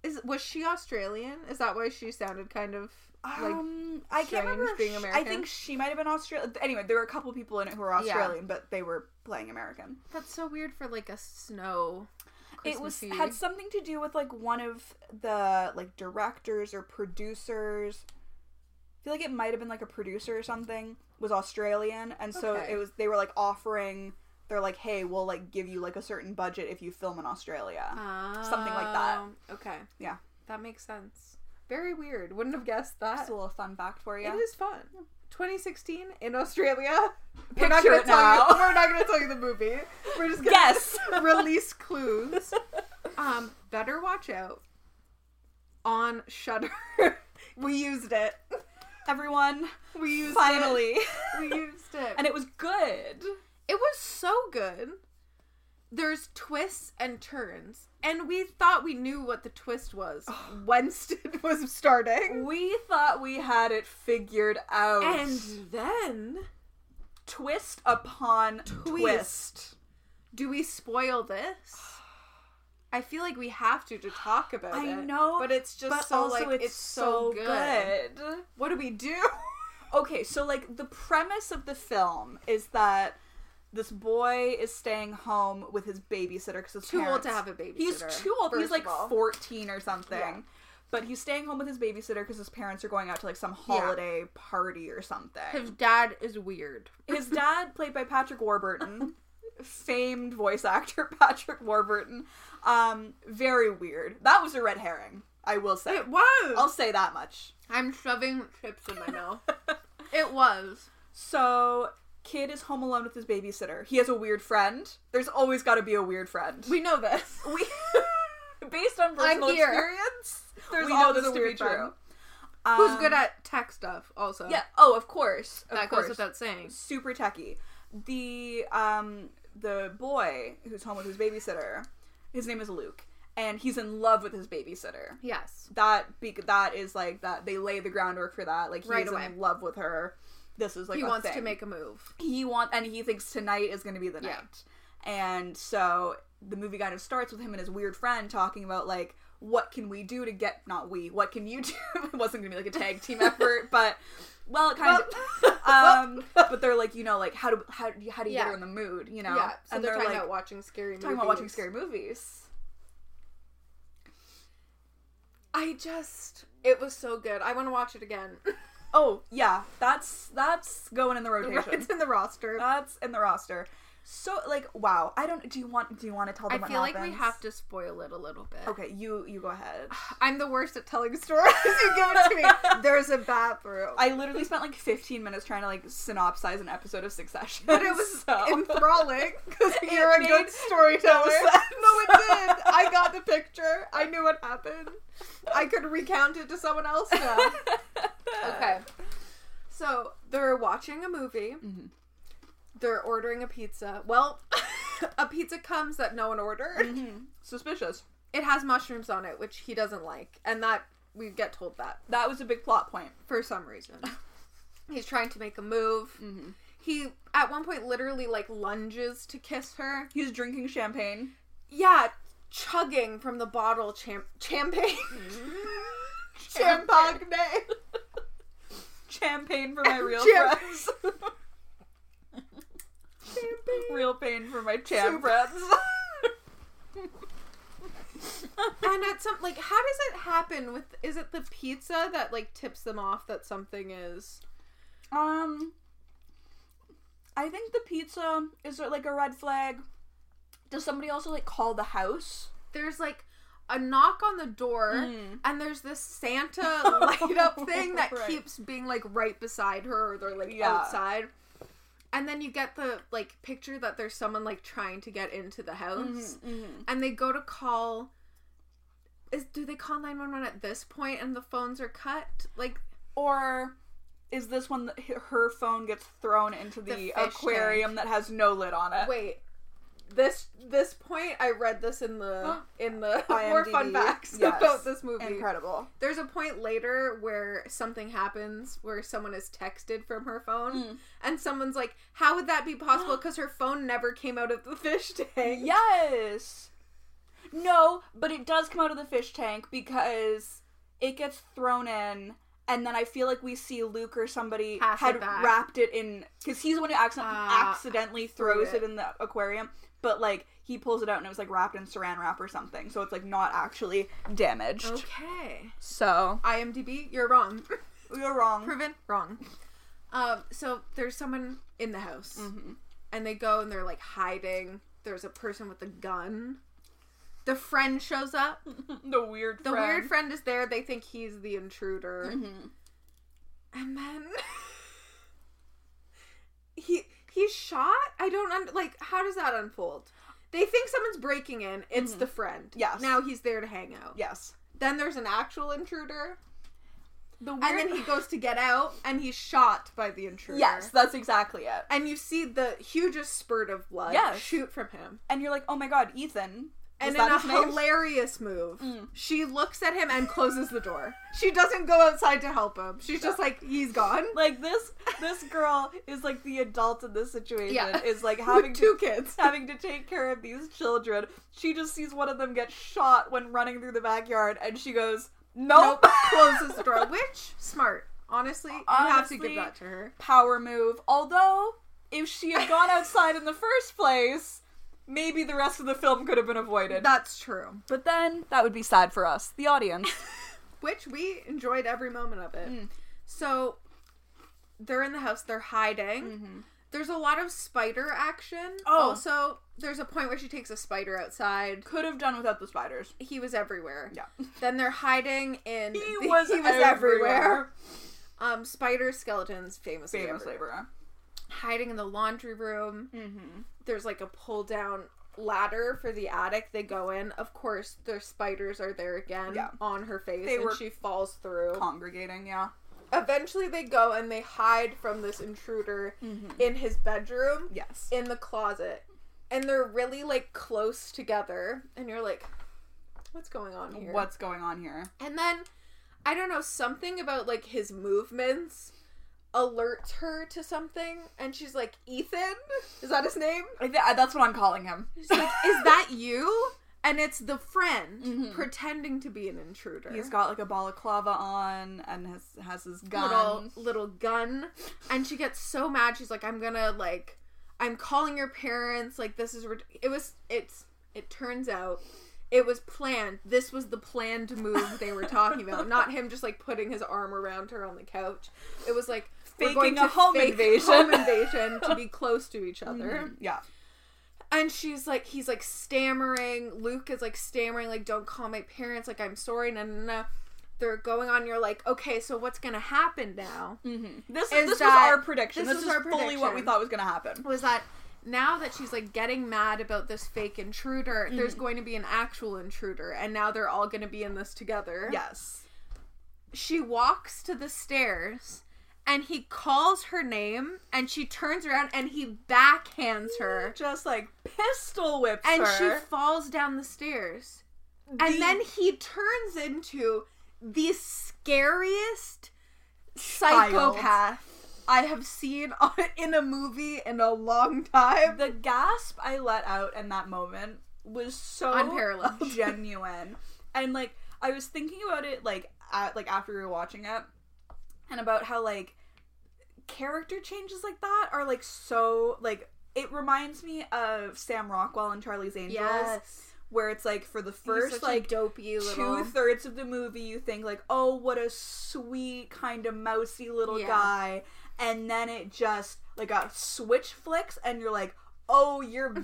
[SPEAKER 2] Is was she Australian? Is that why she sounded kind of like
[SPEAKER 1] um, I can't
[SPEAKER 2] strange
[SPEAKER 1] remember. if
[SPEAKER 2] being
[SPEAKER 1] she- I
[SPEAKER 2] American?
[SPEAKER 1] think she might have been Australian. Anyway, there were a couple people in it who were
[SPEAKER 2] Yeah.
[SPEAKER 1] Australian, but they were playing American.
[SPEAKER 2] that's so weird for like a snow
[SPEAKER 1] it was
[SPEAKER 2] Christmassy-
[SPEAKER 1] had something to do with like one of the like directors or producers. I feel like it might have been like a producer or something was Australian, and so
[SPEAKER 2] Okay.
[SPEAKER 1] it was they were like offering. They're like, hey, we'll like give you like a certain budget if you film in Australia.
[SPEAKER 2] Ah.
[SPEAKER 1] something like that.
[SPEAKER 2] Um, Okay.
[SPEAKER 1] Yeah.
[SPEAKER 2] That makes sense. Very weird. Wouldn't have guessed that.
[SPEAKER 1] Just a little fun fact for you. <laughs>
[SPEAKER 2] Uh, It is fun. 2016 in Australia. We're
[SPEAKER 1] Picture
[SPEAKER 2] not gonna
[SPEAKER 1] it
[SPEAKER 2] tell
[SPEAKER 1] now.
[SPEAKER 2] You, we're not going to tell you the movie. We're just going to
[SPEAKER 1] Guess.
[SPEAKER 2] <laughs> release clues. Um, better watch out on Shutter. <laughs> we used it.
[SPEAKER 1] Everyone,
[SPEAKER 2] We used it.
[SPEAKER 1] finally.
[SPEAKER 2] We used it.
[SPEAKER 1] and it was good.
[SPEAKER 2] It was so good. There's twists and turns, and we thought we knew what the twist was. <laughs> Wednesday was starting,
[SPEAKER 1] We thought we had it figured out.
[SPEAKER 2] and then
[SPEAKER 1] twist upon twist.
[SPEAKER 2] do we spoil <sighs> this? I feel like we have to to talk about
[SPEAKER 1] I
[SPEAKER 2] it.
[SPEAKER 1] know,
[SPEAKER 2] but it's just
[SPEAKER 1] But
[SPEAKER 2] so
[SPEAKER 1] also,
[SPEAKER 2] like
[SPEAKER 1] it's, so good.
[SPEAKER 2] What do we do?
[SPEAKER 1] Okay, so like the premise of the film is that this boy is staying home with his babysitter because his
[SPEAKER 2] Too old
[SPEAKER 1] parents-
[SPEAKER 2] to have a babysitter.
[SPEAKER 1] He's too old.
[SPEAKER 2] first
[SPEAKER 1] He's like
[SPEAKER 2] of all.
[SPEAKER 1] 14 or something.
[SPEAKER 2] Yeah.
[SPEAKER 1] But he's staying home with his babysitter because his parents are going out to like some holiday party or something.
[SPEAKER 2] His dad is weird. <laughs>
[SPEAKER 1] His dad, played by Patrick Warburton, famed voice actor <laughs> Patrick Warburton, um, very weird. That was a red herring, I will say.
[SPEAKER 2] It was.
[SPEAKER 1] I'll say that much.
[SPEAKER 2] <laughs> I'm shoving chips in my mouth. it was.
[SPEAKER 1] So Kid is home alone with his babysitter. He has a weird friend. There's always got to be a weird friend.
[SPEAKER 2] We know this.
[SPEAKER 1] we <laughs> based on personal
[SPEAKER 2] here.
[SPEAKER 1] experience, <laughs> there's
[SPEAKER 2] We know
[SPEAKER 1] all
[SPEAKER 2] there's
[SPEAKER 1] this
[SPEAKER 2] a
[SPEAKER 1] to be
[SPEAKER 2] weird friend.
[SPEAKER 1] true.
[SPEAKER 2] Who's
[SPEAKER 1] Um,
[SPEAKER 2] good at tech stuff also.
[SPEAKER 1] Yeah. Oh, of course. Of
[SPEAKER 2] That
[SPEAKER 1] course.
[SPEAKER 2] goes without saying.
[SPEAKER 1] super techie. The um the boy who's home with his babysitter, his name is Luke, and he's in love with his babysitter.
[SPEAKER 2] Yes.
[SPEAKER 1] That be- that is like that they lay the groundwork for that. Like he's
[SPEAKER 2] Right away.
[SPEAKER 1] in love with her. This is like
[SPEAKER 2] he
[SPEAKER 1] a
[SPEAKER 2] wants to
[SPEAKER 1] thing.
[SPEAKER 2] make a move.
[SPEAKER 1] he want and he thinks tonight is going to be the
[SPEAKER 2] Yeah.
[SPEAKER 1] night. And so the movie kind of starts with him and his weird friend talking about like what can we do to get not we what can you do <laughs> it wasn't gonna be like a tag team
[SPEAKER 2] <laughs>
[SPEAKER 1] effort but well it kind of um but they're like you know like how do how, do- how do you get
[SPEAKER 2] Yeah.
[SPEAKER 1] her in the mood you know
[SPEAKER 2] yeah. So
[SPEAKER 1] and
[SPEAKER 2] they're, talking
[SPEAKER 1] like
[SPEAKER 2] about watching scary movies.
[SPEAKER 1] talking about watching scary movies
[SPEAKER 2] I just it was so good. I want to watch it <laughs> again.
[SPEAKER 1] oh yeah that's that's going
[SPEAKER 2] <laughs>
[SPEAKER 1] in the rotation
[SPEAKER 2] it's in the roster.
[SPEAKER 1] that's in the roster so like wow I don't do you want do you want to tell
[SPEAKER 2] I
[SPEAKER 1] them what
[SPEAKER 2] feel like we
[SPEAKER 1] happens?
[SPEAKER 2] have to spoil it a little bit.
[SPEAKER 1] okay you you go ahead
[SPEAKER 2] I'm the worst at telling stories. <laughs> you give it to me. <laughs> There's a bathroom.
[SPEAKER 1] I literally spent like 15 minutes trying to like synopsize an episode of Succession.
[SPEAKER 2] but it was
[SPEAKER 1] <laughs> so.
[SPEAKER 2] enthralling <laughs> because
[SPEAKER 1] It
[SPEAKER 2] you're a
[SPEAKER 1] made
[SPEAKER 2] good storyteller.
[SPEAKER 1] sense.
[SPEAKER 2] No, it did. I got the picture. I knew what happened. I could recount it to someone else now.
[SPEAKER 1] <laughs>
[SPEAKER 2] okay. So they're watching a movie.
[SPEAKER 1] Mhm.
[SPEAKER 2] They're ordering a pizza. Well, <laughs> a pizza comes that no one ordered.
[SPEAKER 1] Mhm. Suspicious.
[SPEAKER 2] It has mushrooms on it, which he doesn't like, and that we get told that
[SPEAKER 1] That was a big plot point.
[SPEAKER 2] for some reason. He's trying to make a move.
[SPEAKER 1] Mhm.
[SPEAKER 2] He at one point literally like lunges to kiss her.
[SPEAKER 1] He's drinking champagne.
[SPEAKER 2] Yeah, chugging from the bottle champ champagne.
[SPEAKER 1] Mm-hmm. Champagne.
[SPEAKER 2] <laughs> Champagne.
[SPEAKER 1] <laughs> Champagne
[SPEAKER 2] <laughs>
[SPEAKER 1] for my real
[SPEAKER 2] Champ-
[SPEAKER 1] friends.
[SPEAKER 2] Champagne.
[SPEAKER 1] <laughs> real pain for my champ
[SPEAKER 2] Super.
[SPEAKER 1] friends.
[SPEAKER 2] <laughs>
[SPEAKER 1] <laughs>
[SPEAKER 2] And at some like how does it happen with is it the pizza that like tips them off that something is
[SPEAKER 1] um, I think the pizza is like a red flag. Does somebody also like call the house?
[SPEAKER 2] there's like a knock on the door
[SPEAKER 1] Mm.
[SPEAKER 2] and there's
[SPEAKER 1] <laughs>
[SPEAKER 2] this Santa light up thing that
[SPEAKER 1] Right.
[SPEAKER 2] keeps being like right beside her or they're like
[SPEAKER 1] Yeah.
[SPEAKER 2] outside. And then you get the like picture that there's someone like trying to get into the house
[SPEAKER 1] Mm-hmm.
[SPEAKER 2] and they go to call is do they call 911 at this point and the phones are cut? Like
[SPEAKER 1] Or is this when the, her phone gets thrown into the,
[SPEAKER 2] fish
[SPEAKER 1] aquarium that has no lid on it?
[SPEAKER 2] wait. This this point I read this in the
[SPEAKER 1] <gasps>
[SPEAKER 2] in the more
[SPEAKER 1] IMDb,
[SPEAKER 2] fun facts
[SPEAKER 1] yes.
[SPEAKER 2] about this movie.
[SPEAKER 1] Incredible.
[SPEAKER 2] There's a point later where something happens where someone is texted from her phone,
[SPEAKER 1] Mm.
[SPEAKER 2] and someone's like, "How would that be possible? Because her phone never came out of the fish tank."
[SPEAKER 1] Yes. No, but it does come out of the fish tank because it gets thrown in, and then I feel like we see Luke or somebody
[SPEAKER 2] Pass it
[SPEAKER 1] had
[SPEAKER 2] back.
[SPEAKER 1] wrapped it in because he's the one who accident-
[SPEAKER 2] Ah,
[SPEAKER 1] accidentally
[SPEAKER 2] threw
[SPEAKER 1] throws it.
[SPEAKER 2] it.
[SPEAKER 1] in the aquarium. But like he pulls it out and it was like wrapped in saran wrap or something, so it's like not actually damaged.
[SPEAKER 2] Okay.
[SPEAKER 1] So
[SPEAKER 2] IMDb, you're wrong. <laughs>
[SPEAKER 1] you're wrong.
[SPEAKER 2] Proven wrong. Um, so there's someone in the house, and they go and they're like hiding. There's a person with a gun. The friend shows up.
[SPEAKER 1] the weird
[SPEAKER 2] The weird friend is there. They think he's the intruder.
[SPEAKER 1] Mm-hmm.
[SPEAKER 2] And then <laughs> he he's shot. I don't un- like how does that unfold? They think someone's breaking in. It's the friend.
[SPEAKER 1] Mm-hmm. Yes.
[SPEAKER 2] Now he's there to hang out.
[SPEAKER 1] Yes.
[SPEAKER 2] Then there's an actual intruder,
[SPEAKER 1] The weird
[SPEAKER 2] and then he goes to get out, and he's shot by the intruder.
[SPEAKER 1] Yes, that's exactly it.
[SPEAKER 2] And you see the hugest spurt of blood
[SPEAKER 1] Yes.
[SPEAKER 2] shoot from him.
[SPEAKER 1] And you're like, oh my god, Ethan. Is
[SPEAKER 2] And in a
[SPEAKER 1] that his name? Mm.
[SPEAKER 2] hilarious move, she looks at him and closes the door. She doesn't go outside to help him. She's just like, he's gone.
[SPEAKER 1] like this this girl is like the adult in this situation
[SPEAKER 2] Yeah.
[SPEAKER 1] is <laughs> like
[SPEAKER 2] With
[SPEAKER 1] having
[SPEAKER 2] two
[SPEAKER 1] to
[SPEAKER 2] kids.
[SPEAKER 1] having to take care of these children she just sees one of them get shot when running through the backyard and she goes nope,
[SPEAKER 2] Nope. <laughs> Closes the door. Which smart. Honestly, you have to give
[SPEAKER 1] Honestly,
[SPEAKER 2] that to her.
[SPEAKER 1] <laughs> power move although if she had <laughs> gone outside in the first place maybe the rest of the film could have been avoided
[SPEAKER 2] That's true.
[SPEAKER 1] but then that would be sad for us the audience <laughs>
[SPEAKER 2] Which we enjoyed every moment of it.
[SPEAKER 1] Mm.
[SPEAKER 2] So they're in the house, they're hiding. There's a lot of spider action.
[SPEAKER 1] Mm-hmm. Oh.
[SPEAKER 2] Also, there's a point where she takes a spider outside.
[SPEAKER 1] could have done without the spiders
[SPEAKER 2] He was everywhere.
[SPEAKER 1] yeah
[SPEAKER 2] Then they're hiding in.
[SPEAKER 1] he
[SPEAKER 2] the- <laughs>
[SPEAKER 1] was, everywhere,
[SPEAKER 2] Um, spider skeletons famously.
[SPEAKER 1] famous
[SPEAKER 2] everywhere.
[SPEAKER 1] everywhere
[SPEAKER 2] hiding in the laundry room.
[SPEAKER 1] Mm-hmm.
[SPEAKER 2] There's like a pull down ladder for the attic. They go in. Of course, the spiders are there again
[SPEAKER 1] Yeah.
[SPEAKER 2] on her face,
[SPEAKER 1] They
[SPEAKER 2] and
[SPEAKER 1] were-
[SPEAKER 2] she falls through.
[SPEAKER 1] Congregating, yeah.
[SPEAKER 2] Eventually, they go and they hide from this intruder
[SPEAKER 1] Mm-hmm.
[SPEAKER 2] in his bedroom,
[SPEAKER 1] Yes.
[SPEAKER 2] in the closet, and they're really like close together. And you're like, what's going on here?
[SPEAKER 1] What's going on here?
[SPEAKER 2] And then I don't know, something about like his movements alerts her to something and she's like, "Ethan? Is that his name?"
[SPEAKER 1] I thi- I- that's what I'm calling
[SPEAKER 2] <laughs>
[SPEAKER 1] him.
[SPEAKER 2] She's like, "Is that you?" And it's the friend
[SPEAKER 1] Mhm.
[SPEAKER 2] pretending to be an intruder.
[SPEAKER 1] <laughs> He's got like a balaclava on and has has his gun.
[SPEAKER 2] little little gun and she gets so mad. She's like, "I'm going to like I'm calling your parents. Like this is rid- it was it's it turns out it was planned. This was the planned move they were talking about. Not him just like putting his arm around her on the couch. It was like
[SPEAKER 1] Faking a home
[SPEAKER 2] fake
[SPEAKER 1] invasion. Mm-hmm.
[SPEAKER 2] home invasion to be close to
[SPEAKER 1] <laughs>
[SPEAKER 2] each other.
[SPEAKER 1] Yeah.
[SPEAKER 2] And she's like, he's like stammering. Luke is like stammering, like, don't call my parents. Like, I'm sorry. No, no, no. They're going on. You're like, okay, so what's gonna happen now?
[SPEAKER 1] This
[SPEAKER 2] Is
[SPEAKER 1] is this was
[SPEAKER 2] that-
[SPEAKER 1] our prediction.
[SPEAKER 2] this
[SPEAKER 1] This, is
[SPEAKER 2] was our
[SPEAKER 1] fully what we
[SPEAKER 2] prediction.
[SPEAKER 1] thought was gonna happen.
[SPEAKER 2] was that now that she's like getting mad about this fake intruder, there's going to be an actual intruder, and now they're all going to be in this together.
[SPEAKER 1] Yes.
[SPEAKER 2] She walks to the stairs and he calls her name, and she turns around and he backhands her,
[SPEAKER 1] Just like pistol whips
[SPEAKER 2] and
[SPEAKER 1] her.
[SPEAKER 2] she falls down the stairs.
[SPEAKER 1] The-
[SPEAKER 2] And then he turns into the scariest psychopath I have seen <laughs> on, in a movie in a long time.
[SPEAKER 1] the gasp I let out in that moment was so <laughs>
[SPEAKER 2] Unparalleled.
[SPEAKER 1] genuine. And like I was thinking about it like at, like after we were watching it and about how like character changes like that are like so like it reminds me of Sam Rockwell and Charlie's Angels where it's like for the first like
[SPEAKER 2] dopey <laughs>
[SPEAKER 1] two thirds of the movie you think like oh what a sweet kind of mousy little
[SPEAKER 2] Yeah.
[SPEAKER 1] guy and then it just like a switch flicks and you're like oh
[SPEAKER 2] <laughs>
[SPEAKER 1] you're bad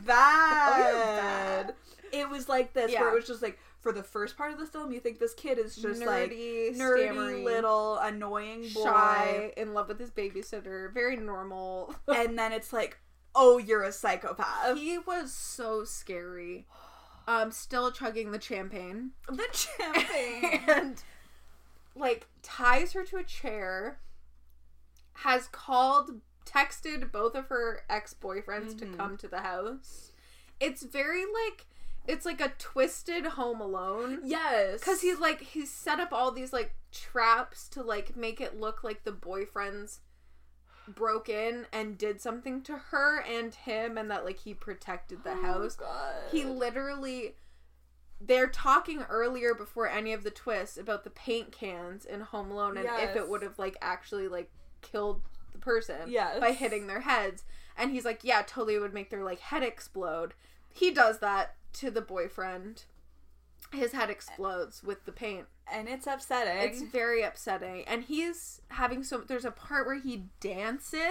[SPEAKER 2] bad.
[SPEAKER 1] it was like this where
[SPEAKER 2] Yeah.
[SPEAKER 1] it was just like for the first part of the film you think this kid is just like
[SPEAKER 2] nerdy,
[SPEAKER 1] nerdy
[SPEAKER 2] stammery,
[SPEAKER 1] little annoying boy
[SPEAKER 2] shy, <laughs> in love with his babysitter, very normal.
[SPEAKER 1] and then it's like oh you're a psychopath
[SPEAKER 2] he was so scary. Um, still chugging the champagne,
[SPEAKER 1] the champagne
[SPEAKER 2] <laughs> and like ties her to a chair. Has called, texted both of her ex boyfriends
[SPEAKER 1] Mhm.
[SPEAKER 2] to come to the house. It's very like, it's like a twisted Home Alone.
[SPEAKER 1] yes
[SPEAKER 2] Cause he's like he's set up all these like traps to like make it look like the boyfriends broke in and did something to her and him and that like he protected
[SPEAKER 1] <gasps>
[SPEAKER 2] the house. He literally they're talking earlier before any of the twists about the paint cans in Home Alone and if
[SPEAKER 1] Yes.
[SPEAKER 2] it would have like actually like killed the person
[SPEAKER 1] Yes.
[SPEAKER 2] by hitting their heads. And he's like, Yeah, totally it would make their like head explode. He does that to the boyfriend. His head explodes with the paint.
[SPEAKER 1] and it's upsetting
[SPEAKER 2] It's very upsetting. And he's having so there's a part where he dances.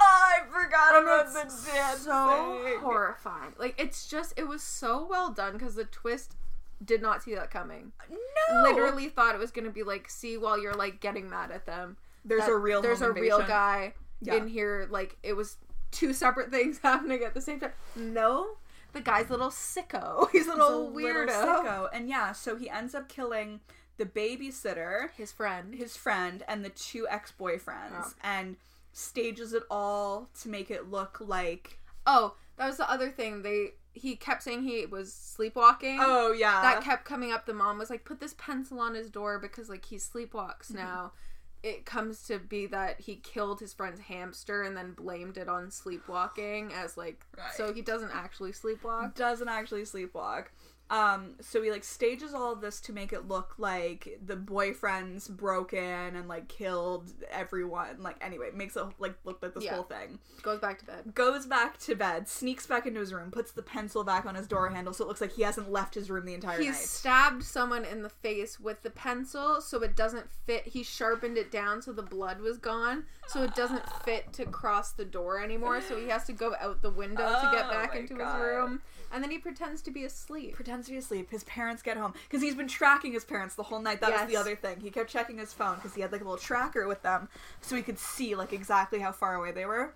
[SPEAKER 1] I forgot about the
[SPEAKER 2] It's
[SPEAKER 1] dance.
[SPEAKER 2] So
[SPEAKER 1] thing.
[SPEAKER 2] horrifying. Like it's just it was so well done because the twist did not see that coming.
[SPEAKER 1] No,
[SPEAKER 2] Literally thought it was gonna be like, see while you're like getting mad at them.
[SPEAKER 1] There's
[SPEAKER 2] that
[SPEAKER 1] a real.
[SPEAKER 2] there's
[SPEAKER 1] home
[SPEAKER 2] a real
[SPEAKER 1] invasion.
[SPEAKER 2] guy
[SPEAKER 1] Yeah.
[SPEAKER 2] in here like it was two separate <laughs> things happening at the same time no the guy's a little sicko <laughs> he's a
[SPEAKER 1] He's a
[SPEAKER 2] little weirdo
[SPEAKER 1] sicko. and yeah, so he ends up killing the babysitter,
[SPEAKER 2] his friend
[SPEAKER 1] his friend, and the two ex-boyfriends,
[SPEAKER 2] Oh.
[SPEAKER 1] and stages it all to make it look like.
[SPEAKER 2] oh that was the other thing they he kept saying he was sleepwalking
[SPEAKER 1] Oh yeah,
[SPEAKER 2] that kept coming up the mom was like put this pencil on his door because like he
[SPEAKER 1] Mm-hmm.
[SPEAKER 2] sleepwalks now it comes to be that he killed his friend's hamster and then blamed it on sleepwalking as like
[SPEAKER 1] Right.
[SPEAKER 2] so he doesn't actually sleepwalk
[SPEAKER 1] doesn't actually sleepwalk. Um, so he like stages all of this to make it look like the boyfriend's broken and like killed everyone. Like anyway, makes it like look like this
[SPEAKER 2] Yeah.
[SPEAKER 1] whole thing.
[SPEAKER 2] goes back to bed
[SPEAKER 1] goes back to bed, sneaks back into his room, puts the pencil back on his door handle so it looks like he hasn't left his room the entire
[SPEAKER 2] He
[SPEAKER 1] night.
[SPEAKER 2] stabbed someone in the face with the pencil so it doesn't fit. He sharpened it down so the blood was gone, so it doesn't
[SPEAKER 1] Ah.
[SPEAKER 2] fit to cross the door anymore. So he has to go out the window to get
[SPEAKER 1] Oh
[SPEAKER 2] back
[SPEAKER 1] my
[SPEAKER 2] into
[SPEAKER 1] God.
[SPEAKER 2] his room. And then he pretends to be asleep.
[SPEAKER 1] pretends to be asleep. His parents get home because he's been tracking his parents the whole night. That was the
[SPEAKER 2] Yes.
[SPEAKER 1] other thing. He kept checking his phone because he had like a little tracker with them, so he could see like exactly how far away they were.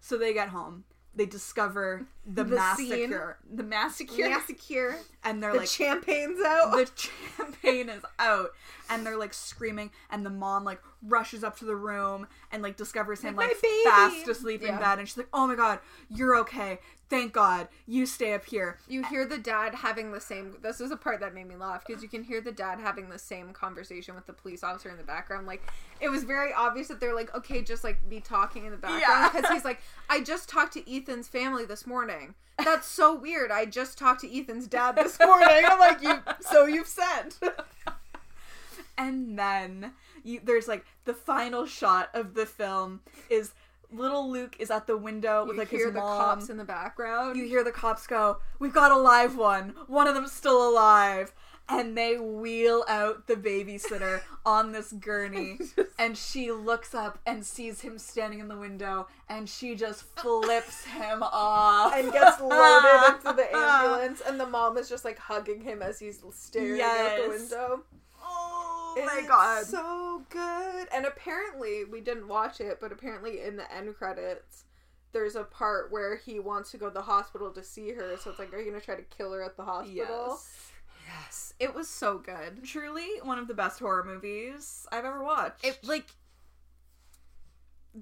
[SPEAKER 1] So they get home. They discover the,
[SPEAKER 2] The
[SPEAKER 1] massacre. The massacre.
[SPEAKER 2] secure.
[SPEAKER 1] and they're
[SPEAKER 2] The
[SPEAKER 1] like,
[SPEAKER 2] champagne's out.
[SPEAKER 1] the <laughs> champagne is out, and they're like screaming, and the mom like rushes up to the room and like discovers him
[SPEAKER 2] Like,
[SPEAKER 1] like,
[SPEAKER 2] "My baby!"
[SPEAKER 1] fast asleep in
[SPEAKER 2] Yeah.
[SPEAKER 1] bed, and she's like, "Oh my god, you're okay. Thank God. You stay up here."
[SPEAKER 2] you hear the dad having the same. This is a part that made me laugh because you can hear the dad having the same conversation with the police officer in the background. Like it was very obvious that they're like, okay, just like be talking in the background
[SPEAKER 1] Yeah.
[SPEAKER 2] because he's like, I just talked to Ethan's family this morning. That's so weird. I just talked to Ethan's dad this morning. I'm like, you. So you've said.
[SPEAKER 1] And then you, there's like the final shot of the film is little Luke is at the window with
[SPEAKER 2] You
[SPEAKER 1] like
[SPEAKER 2] hear
[SPEAKER 1] his
[SPEAKER 2] the
[SPEAKER 1] mom.
[SPEAKER 2] cops in the background.
[SPEAKER 1] you hear the cops go, "We've got a live one. One of them's still alive." And they wheel out the
[SPEAKER 2] <laughs>
[SPEAKER 1] babysitter on this gurney, and she looks up and sees him standing in the window, and she just flips
[SPEAKER 2] <laughs>
[SPEAKER 1] him off
[SPEAKER 2] and gets loaded into <laughs> the ambulance, and the mom is just like hugging him as he's staring out the
[SPEAKER 1] Yes.
[SPEAKER 2] window.
[SPEAKER 1] Oh my
[SPEAKER 2] It's
[SPEAKER 1] god!
[SPEAKER 2] so good. And apparently, we didn't watch it, but apparently, in the end credits, there's a part where he wants to go to the hospital to see her. So it's like, are you gonna try to kill her at the hospital?
[SPEAKER 1] yes,
[SPEAKER 2] Yes. It was so good.
[SPEAKER 1] truly one of the best horror movies I've ever watched.
[SPEAKER 2] It like.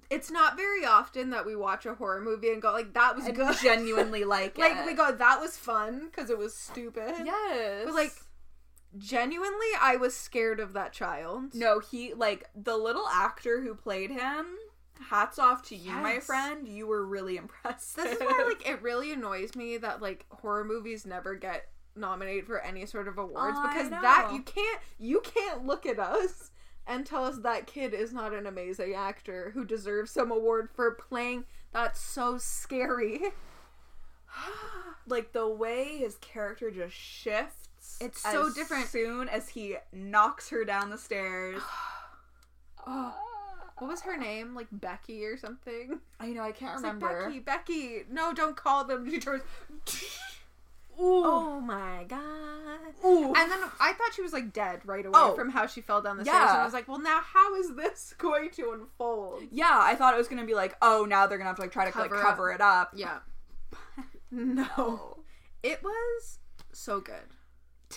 [SPEAKER 2] It's not very often that we watch a horror movie and go like that was
[SPEAKER 1] and
[SPEAKER 2] good.
[SPEAKER 1] genuinely like
[SPEAKER 2] <laughs> like
[SPEAKER 1] it.
[SPEAKER 2] we go that was fun because it was stupid.
[SPEAKER 1] yes,
[SPEAKER 2] But like genuinely I was scared of that child.
[SPEAKER 1] no, he like the little actor who played him. Hats off to you, my
[SPEAKER 2] Yes.
[SPEAKER 1] friend. You were really impressive.
[SPEAKER 2] This
[SPEAKER 1] <laughs>
[SPEAKER 2] is why like it really annoys me that like horror movies never get nominated for any sort of awards
[SPEAKER 1] I
[SPEAKER 2] because
[SPEAKER 1] know.
[SPEAKER 2] that you can't you can't look at us and tell us that kid is not an amazing actor who deserves some award for playing that's so scary. <laughs>
[SPEAKER 1] like the way his character just shifts.
[SPEAKER 2] It's so
[SPEAKER 1] as
[SPEAKER 2] different.
[SPEAKER 1] Soon as he knocks her down the stairs. <sighs>
[SPEAKER 2] Oh. What was her name? Like Becky or something?
[SPEAKER 1] I know I can't
[SPEAKER 2] It's like
[SPEAKER 1] remember.
[SPEAKER 2] Becky, Becky. No, don't call them. <laughs> She turns.
[SPEAKER 1] Ooh,
[SPEAKER 2] Oh my god.
[SPEAKER 1] ooh.
[SPEAKER 2] And then I thought she was like dead right away
[SPEAKER 1] Oh.
[SPEAKER 2] from how she fell down the
[SPEAKER 1] Yeah.
[SPEAKER 2] stairs. And I was like, well, now how is this <laughs> going to unfold?
[SPEAKER 1] yeah, I thought it was gonna be like, oh, now they're gonna have to like try to
[SPEAKER 2] Cover
[SPEAKER 1] like
[SPEAKER 2] up.
[SPEAKER 1] cover it up.
[SPEAKER 2] Yeah. No. It was so good.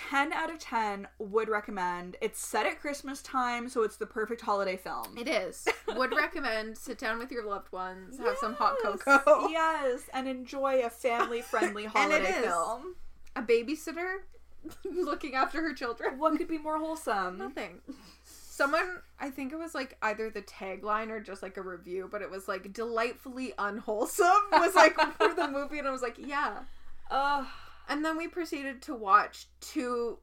[SPEAKER 1] 10 out of 10 would recommend. It's set at Christmas time, so it's the perfect holiday film.
[SPEAKER 2] It is. <laughs> Would recommend sit down with your loved ones, have some hot
[SPEAKER 1] Yes,
[SPEAKER 2] cocoa.
[SPEAKER 1] Yes, and enjoy a family-friendly
[SPEAKER 2] <laughs> And it
[SPEAKER 1] holiday
[SPEAKER 2] is.
[SPEAKER 1] film.
[SPEAKER 2] A babysitter <laughs> looking after her children.
[SPEAKER 1] What could be more wholesome?
[SPEAKER 2] <laughs> Nothing. Someone, I think it was like either the tagline or just like a review, but it was like delightfully unwholesome was like for the movie, and I was like, yeah.
[SPEAKER 1] Ugh.
[SPEAKER 2] And then we proceeded to watch two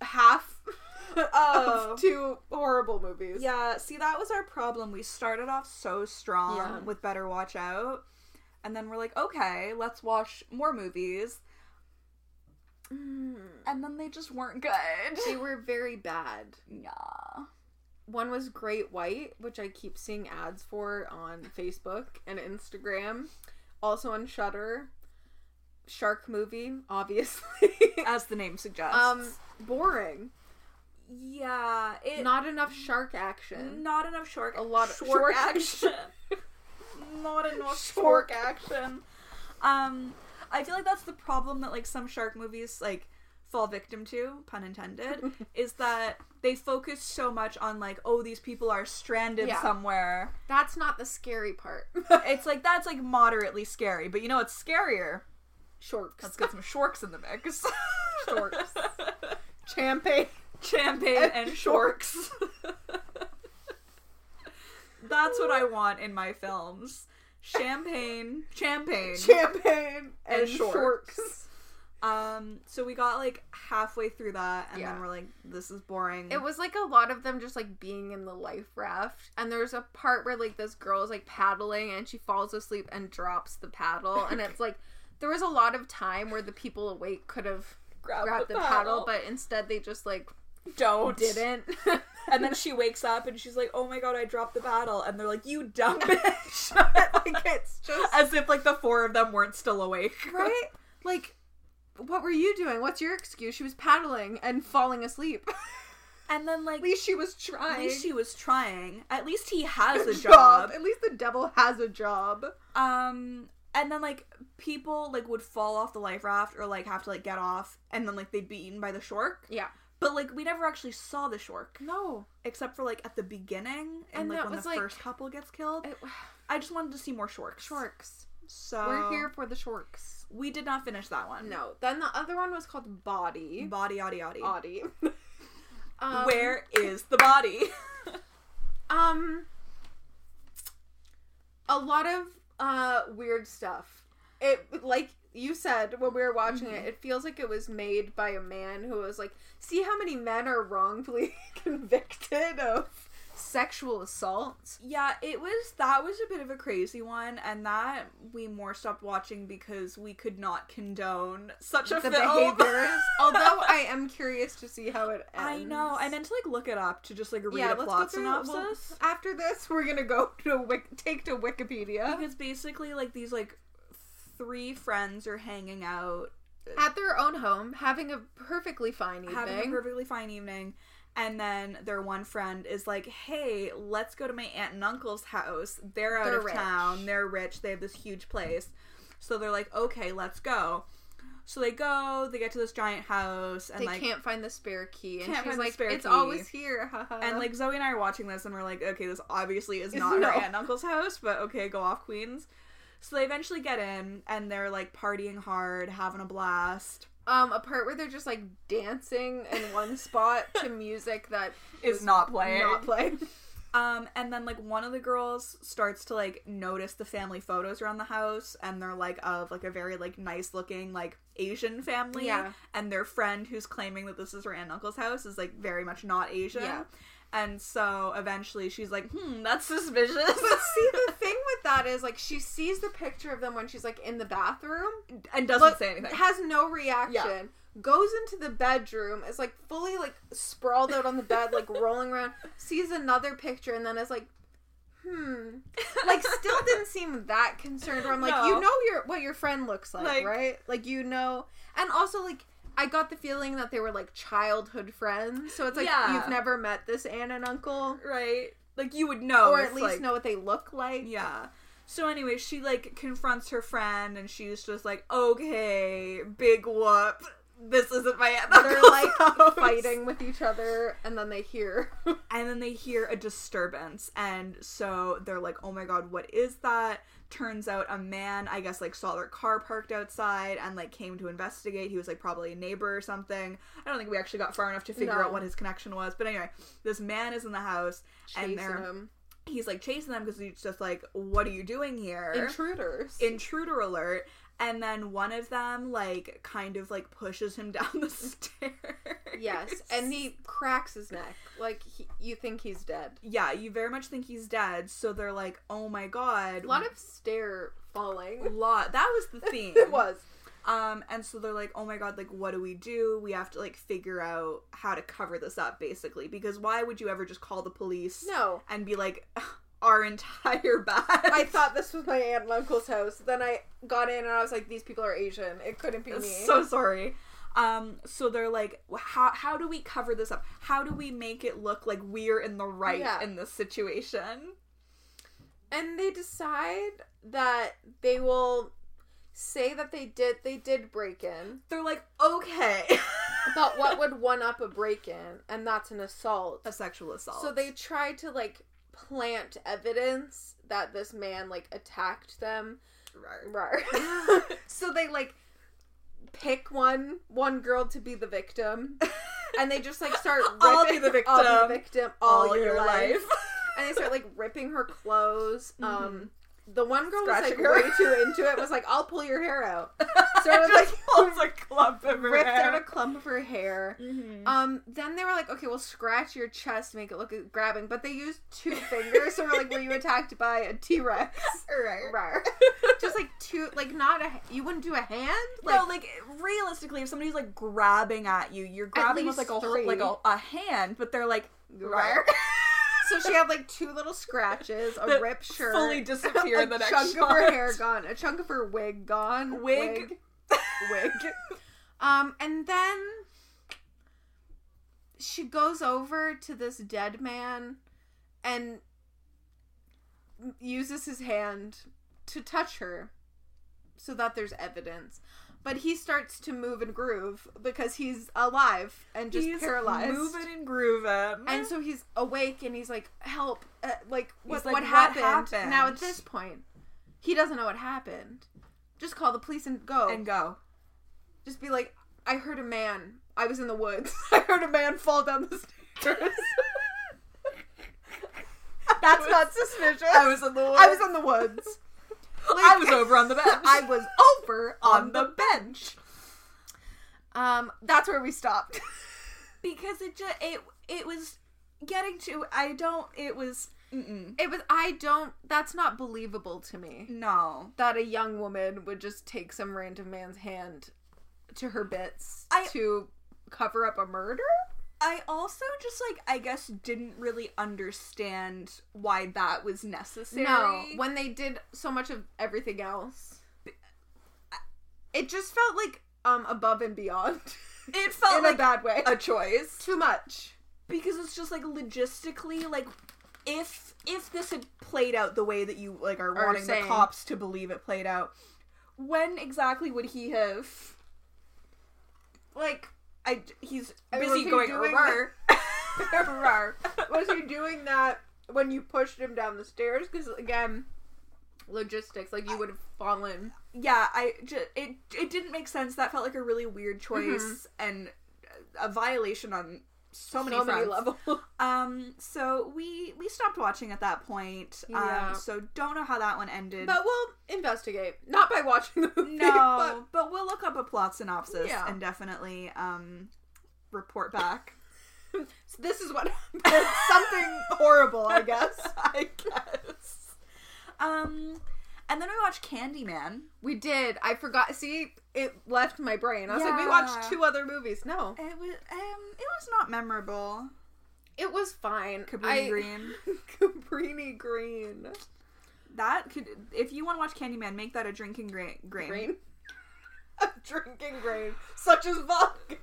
[SPEAKER 2] half <laughs>
[SPEAKER 1] Oh.
[SPEAKER 2] of two horrible movies.
[SPEAKER 1] Yeah, see, that was our problem. We started off so strong
[SPEAKER 2] Yeah.
[SPEAKER 1] with Better Watch Out, and then we're like, okay, let's watch more movies.
[SPEAKER 2] Mm.
[SPEAKER 1] And then they just weren't good.
[SPEAKER 2] They were very bad.
[SPEAKER 1] yeah.
[SPEAKER 2] One was Great White, which I keep seeing ads for on Facebook and Instagram, also on Shutter. Shark movie, obviously. <laughs>
[SPEAKER 1] As the name suggests.
[SPEAKER 2] um, boring.
[SPEAKER 1] yeah, it Mm.
[SPEAKER 2] Not enough shark action.
[SPEAKER 1] Not enough short.
[SPEAKER 2] A lot of
[SPEAKER 1] short
[SPEAKER 2] short
[SPEAKER 1] action. <laughs> Not enough short action. Um, I feel like that's the problem that like some shark movies like fall victim to, pun
[SPEAKER 2] <laughs>
[SPEAKER 1] intended, is that they focus so much on like, oh, these people are stranded
[SPEAKER 2] Yeah.
[SPEAKER 1] somewhere.
[SPEAKER 2] That's not the scary part. <laughs>
[SPEAKER 1] It's like that's like moderately scary, but you know what's scarier?
[SPEAKER 2] Sharks.
[SPEAKER 1] Let's
[SPEAKER 2] <laughs>
[SPEAKER 1] get some shorks in the mix.
[SPEAKER 2] Shorks. Champagne.
[SPEAKER 1] Champagne
[SPEAKER 2] And
[SPEAKER 1] and shorks. <laughs> That's what I want in my films. Champagne, champagne.
[SPEAKER 2] Champagne and,
[SPEAKER 1] And
[SPEAKER 2] sharks.
[SPEAKER 1] sharks. Um so we got like halfway through that and
[SPEAKER 2] Yeah.
[SPEAKER 1] then we're like this is boring.
[SPEAKER 2] It was like a lot of them just like being in the life raft. And there's a part where like this girl is like paddling and she falls asleep and drops the paddle. And it's like there was a lot of time where the people awake could have
[SPEAKER 1] grab,
[SPEAKER 2] grabbed the paddle, but instead they just
[SPEAKER 1] <laughs>
[SPEAKER 2] like
[SPEAKER 1] but don't
[SPEAKER 2] didn't. <laughs>
[SPEAKER 1] And then she wakes up and she's like, "Oh my god, I dropped the paddle." And they're like, "You
[SPEAKER 2] <laughs>
[SPEAKER 1] dumb bitch." <laughs>
[SPEAKER 2] like it's just
[SPEAKER 1] As if like the four of them weren't still awake.
[SPEAKER 2] right? Like What were you doing? What's your excuse? She was paddling and falling asleep. <laughs>
[SPEAKER 1] And then like
[SPEAKER 2] At least she was trying.
[SPEAKER 1] at least she was trying. At least he has
[SPEAKER 2] <laughs>
[SPEAKER 1] a job.
[SPEAKER 2] At least the devil has a job.
[SPEAKER 1] Um and then like people like would fall off the life raft or like have to like get off and then like they'd be eaten by the shark.
[SPEAKER 2] Yeah.
[SPEAKER 1] But like we never actually saw the shark
[SPEAKER 2] No.
[SPEAKER 1] except for like at the beginning and,
[SPEAKER 2] And
[SPEAKER 1] like
[SPEAKER 2] that
[SPEAKER 1] when
[SPEAKER 2] was,
[SPEAKER 1] the
[SPEAKER 2] like-
[SPEAKER 1] first couple gets killed.
[SPEAKER 2] It, <sighs>
[SPEAKER 1] I just wanted to see more sharks.
[SPEAKER 2] shorks.
[SPEAKER 1] So
[SPEAKER 2] We're here for the shorks.
[SPEAKER 1] We did not finish that one.
[SPEAKER 2] No. Then the other one was called Body.
[SPEAKER 1] Body, oddy, oddy.
[SPEAKER 2] Body.
[SPEAKER 1] <laughs>
[SPEAKER 2] um,
[SPEAKER 1] Where is the body? <laughs>
[SPEAKER 2] Um. A lot of uh weird stuff. It like you said when we were watching it,
[SPEAKER 1] Mm-hmm.
[SPEAKER 2] it feels like it was made by a man who was like, "See how many men are wrongfully <laughs> convicted of sexual assault."
[SPEAKER 1] yeah, it was that was a bit of a crazy one, and that we more stopped watching because we could not condone such a
[SPEAKER 2] the
[SPEAKER 1] film. <laughs>
[SPEAKER 2] behaviors. Although I am curious to see how it ends.
[SPEAKER 1] Oh. I know, and then to like look it up to just like read
[SPEAKER 2] yeah,
[SPEAKER 1] a
[SPEAKER 2] let's
[SPEAKER 1] plot
[SPEAKER 2] go through, well,
[SPEAKER 1] synopsis.
[SPEAKER 2] after this, we're gonna go <laughs> to Wik- take to Wikipedia
[SPEAKER 1] because basically, like these like three friends are hanging out,
[SPEAKER 2] at their own home, having a perfectly fine evening.
[SPEAKER 1] having a perfectly fine evening, and then their one friend is like, "Hey, let's go to my aunt and uncle's house. They're out
[SPEAKER 2] They're
[SPEAKER 1] of
[SPEAKER 2] rich.
[SPEAKER 1] town. They're rich. They have this huge place." So they're like, "Okay, let's go." So they go. They get to this giant house, and
[SPEAKER 2] they
[SPEAKER 1] like.
[SPEAKER 2] can't find the spare key, and
[SPEAKER 1] Can't
[SPEAKER 2] she's
[SPEAKER 1] find the
[SPEAKER 2] like,
[SPEAKER 1] spare
[SPEAKER 2] "It's
[SPEAKER 1] key."
[SPEAKER 2] always here." <laughs> haha."
[SPEAKER 1] and like Zoe and I are watching this, and we're like, okay, this obviously
[SPEAKER 2] <laughs>
[SPEAKER 1] is not
[SPEAKER 2] Um, No.
[SPEAKER 1] her aunt and uncle's house, but okay, go off, Queens. So they eventually get in, and they're like partying hard, having a blast.
[SPEAKER 2] um, a part where they're just like dancing
[SPEAKER 1] <laughs>
[SPEAKER 2] in one spot to music that
[SPEAKER 1] Is
[SPEAKER 2] was
[SPEAKER 1] not playing.
[SPEAKER 2] Not playing.
[SPEAKER 1] Um, and then like one of the girls starts to like notice the family photos around the house, and they're like of like a very like nice looking like Asian family,
[SPEAKER 2] Yeah.
[SPEAKER 1] and their friend who's claiming that this is her aunt and uncle's house is like very much not Asian.
[SPEAKER 2] Yeah.
[SPEAKER 1] And so eventually she's like, hmm, that's
[SPEAKER 2] <laughs>
[SPEAKER 1] suspicious. <laughs>
[SPEAKER 2] <laughs> But see, the thing with that is like she sees the picture of them when she's like in the bathroom,
[SPEAKER 1] and doesn't
[SPEAKER 2] look-
[SPEAKER 1] say <laughs> anything.
[SPEAKER 2] has no reaction.
[SPEAKER 1] Yeah.
[SPEAKER 2] Goes into the bedroom, is like fully like sprawled out on the bed, like rolling
[SPEAKER 1] <laughs>
[SPEAKER 2] around. Sees another picture, and then is like,
[SPEAKER 1] <laughs>
[SPEAKER 2] "Hmm." Like, still didn't seem that concerned. Where I'm like,
[SPEAKER 1] No.
[SPEAKER 2] you know your what your friend looks like,
[SPEAKER 1] Like-
[SPEAKER 2] right? Like you know, and also like I got the feeling that they were like childhood friends. So it's like
[SPEAKER 1] Yeah.
[SPEAKER 2] you've never met this aunt and uncle,
[SPEAKER 1] right? Like you would know,
[SPEAKER 2] or
[SPEAKER 1] if,
[SPEAKER 2] at least
[SPEAKER 1] Oh, like-
[SPEAKER 2] know what they look like.
[SPEAKER 1] Yeah. So anyway, she like confronts her friend, and she's just like, "Okay, big whoop. This isn't my aunt." and
[SPEAKER 2] They're
[SPEAKER 1] uncle's <laughs>
[SPEAKER 2] like
[SPEAKER 1] house."
[SPEAKER 2] fighting with each other, and then they hear. <laughs>
[SPEAKER 1] and then they hear a disturbance, and so they're like, "Oh my god, what is that?" Turns out a man, I guess, like saw their car parked outside and like came to investigate. He was like probably a neighbor or something. I don't think we actually got far enough to figure
[SPEAKER 2] No.
[SPEAKER 1] out what his connection was, but anyway, this man is in the house
[SPEAKER 2] chasing
[SPEAKER 1] and they're
[SPEAKER 2] them.
[SPEAKER 1] he's like chasing them because he's just like, "What are you doing here?"
[SPEAKER 2] intruders.
[SPEAKER 1] intruder alert and then one of them like kind of like pushes him <laughs> down the stairs
[SPEAKER 2] yes, and he cracks his neck. Like he, you think he's dead.
[SPEAKER 1] yeah you very much think he's dead so they're like oh my god
[SPEAKER 2] A lot of stair falling.
[SPEAKER 1] lot that was the theme
[SPEAKER 2] Mm. <laughs> it was.
[SPEAKER 1] um and so they're like oh my god like what do we do we have to like figure out how to cover this up basically because why would you ever just call the police
[SPEAKER 2] No,
[SPEAKER 1] and be like our entire <laughs> bag
[SPEAKER 2] I thought this was my aunt and uncle's house. Then I got in and I was like, these people are Asian. It
[SPEAKER 1] <laughs>
[SPEAKER 2] couldn't be me.
[SPEAKER 1] So sorry. Um, so they're like, "Wh- how how do we cover this up? How do we make it look like we're in the right
[SPEAKER 2] Yeah.
[SPEAKER 1] in this situation?
[SPEAKER 2] and they decide that they will say that they did they did break in,
[SPEAKER 1] They're like, okay, <laughs>
[SPEAKER 2] but what would one up a break in? And that's an assault.
[SPEAKER 1] a sexual assault.
[SPEAKER 2] So they tried to like plant evidence that this man like attacked them.
[SPEAKER 1] <laughs>
[SPEAKER 2] Rar. <laughs> so they like pick one one girl to be the victim, and they just like start ripping
[SPEAKER 1] <laughs> I'll be the
[SPEAKER 2] <laughs>
[SPEAKER 1] victim
[SPEAKER 2] I'll be the victim all,
[SPEAKER 1] all
[SPEAKER 2] your,
[SPEAKER 1] your
[SPEAKER 2] life.
[SPEAKER 1] <laughs> life.
[SPEAKER 2] <laughs> and they start like ripping her clothes. Um, the one girl
[SPEAKER 1] Mm-hmm. Scratching her.
[SPEAKER 2] was like way
[SPEAKER 1] <laughs>
[SPEAKER 2] too into it. Was like, I'll pull your hair out. So it
[SPEAKER 1] It
[SPEAKER 2] was
[SPEAKER 1] just
[SPEAKER 2] like
[SPEAKER 1] pulls a clump of her
[SPEAKER 2] ripped
[SPEAKER 1] hair.
[SPEAKER 2] out a clump of her hair.
[SPEAKER 1] Mhm.
[SPEAKER 2] Um, then they were like, okay, we'll scratch your chest, make it look at grabbing, but they used two fingers, so we're like, were you attacked by a T Rex? <laughs>
[SPEAKER 1] Right. <laughs>
[SPEAKER 2] Rawr. Just like two, like not a, you wouldn't do a hand, like
[SPEAKER 1] no, like realistically, if somebody's like grabbing at you, you're grabbing with like
[SPEAKER 2] least
[SPEAKER 1] a
[SPEAKER 2] three.
[SPEAKER 1] like a, a hand, but they're like,
[SPEAKER 2] Right. so she had like two little scratches, a
[SPEAKER 1] That
[SPEAKER 2] ripped shirt,
[SPEAKER 1] fully disappear
[SPEAKER 2] a
[SPEAKER 1] the next
[SPEAKER 2] chunk of her
[SPEAKER 1] shot. <laughs>
[SPEAKER 2] hair gone, a chunk of her wig gone,
[SPEAKER 1] Wig.
[SPEAKER 2] wig. wig. Um, and then she goes over to this dead man and uses his hand to touch her so that there's evidence. But he starts to move and groove because he's alive and just
[SPEAKER 1] He's
[SPEAKER 2] paralyzed.
[SPEAKER 1] Moving and grooving.
[SPEAKER 2] And so he's awake and he's like, "Help! Uh, like, what,
[SPEAKER 1] He's like,
[SPEAKER 2] what,
[SPEAKER 1] "What
[SPEAKER 2] happened?
[SPEAKER 1] happened?"
[SPEAKER 2] Now at this point, he doesn't know what happened. Just call the police and go.
[SPEAKER 1] and go.
[SPEAKER 2] Just be like, "I heard a man. I was in the woods. <laughs> I heard a man fall down the
[SPEAKER 1] <laughs>
[SPEAKER 2] stairs. That's not suspicious.
[SPEAKER 1] I was in the woods.
[SPEAKER 2] I was in the <laughs> woods. Like,
[SPEAKER 1] I was over <laughs> on the bench.
[SPEAKER 2] <laughs> I was over on the bench. Um, that's where we stopped. <laughs>
[SPEAKER 1] because it just it it was getting to I don't it was mm-mm.
[SPEAKER 2] It was. I don't. That's not believable to me.
[SPEAKER 1] no.
[SPEAKER 2] that a young woman would just take some random man's hand to her bits
[SPEAKER 1] I-
[SPEAKER 2] to cover up a murder?
[SPEAKER 1] I also just like I guess didn't really understand why that was necessary.
[SPEAKER 2] No, when they did so much of everything else. It just felt like um above and beyond <laughs>
[SPEAKER 1] it
[SPEAKER 2] in
[SPEAKER 1] felt
[SPEAKER 2] a
[SPEAKER 1] like
[SPEAKER 2] bad way.
[SPEAKER 1] a choice
[SPEAKER 2] Too much.
[SPEAKER 1] because it's just like logistically like if if this had played out the way that you like are
[SPEAKER 2] Are
[SPEAKER 1] wanting
[SPEAKER 2] saying.
[SPEAKER 1] the cops to believe it played out, when exactly would he have
[SPEAKER 2] Like
[SPEAKER 1] I he's
[SPEAKER 2] I mean, was
[SPEAKER 1] busy
[SPEAKER 2] he
[SPEAKER 1] going
[SPEAKER 2] doing
[SPEAKER 1] over. <laughs>
[SPEAKER 2] Rar. was he doing that when you pushed him down the stairs cuz again logistics like you would have fallen.
[SPEAKER 1] yeah, I ju- it it didn't make sense. That felt like a really weird choice
[SPEAKER 2] Mm-hmm.
[SPEAKER 1] and a violation on so many,
[SPEAKER 2] So many
[SPEAKER 1] fronts.
[SPEAKER 2] levels.
[SPEAKER 1] Um, so we we stopped watching at that point.
[SPEAKER 2] Yeah.
[SPEAKER 1] Um, so don't know how that one ended.
[SPEAKER 2] But we'll investigate. Not by watching the
[SPEAKER 1] <laughs>
[SPEAKER 2] movie. <laughs> but
[SPEAKER 1] no, but we'll look up a plot synopsis
[SPEAKER 2] Yeah.
[SPEAKER 1] and definitely um
[SPEAKER 2] <laughs>
[SPEAKER 1] report back.
[SPEAKER 2] So this is what <laughs> happened. Something horrible, I guess.
[SPEAKER 1] <laughs> I guess. Um, and then we watched Candyman.
[SPEAKER 2] We did. I forgot. See, it left my brain. I was like, we
[SPEAKER 1] Yeah.
[SPEAKER 2] watched two other movies. No,
[SPEAKER 1] It was um it was not memorable.
[SPEAKER 2] it was fine.
[SPEAKER 1] Cabrini
[SPEAKER 2] I-
[SPEAKER 1] Green.
[SPEAKER 2] <laughs> Cabrini Green.
[SPEAKER 1] That could, if you want to watch Candyman, make that a drinking gra- grain. <laughs>
[SPEAKER 2] Green. <laughs> A drinking grain, such
[SPEAKER 1] <laughs>
[SPEAKER 2] as vodka.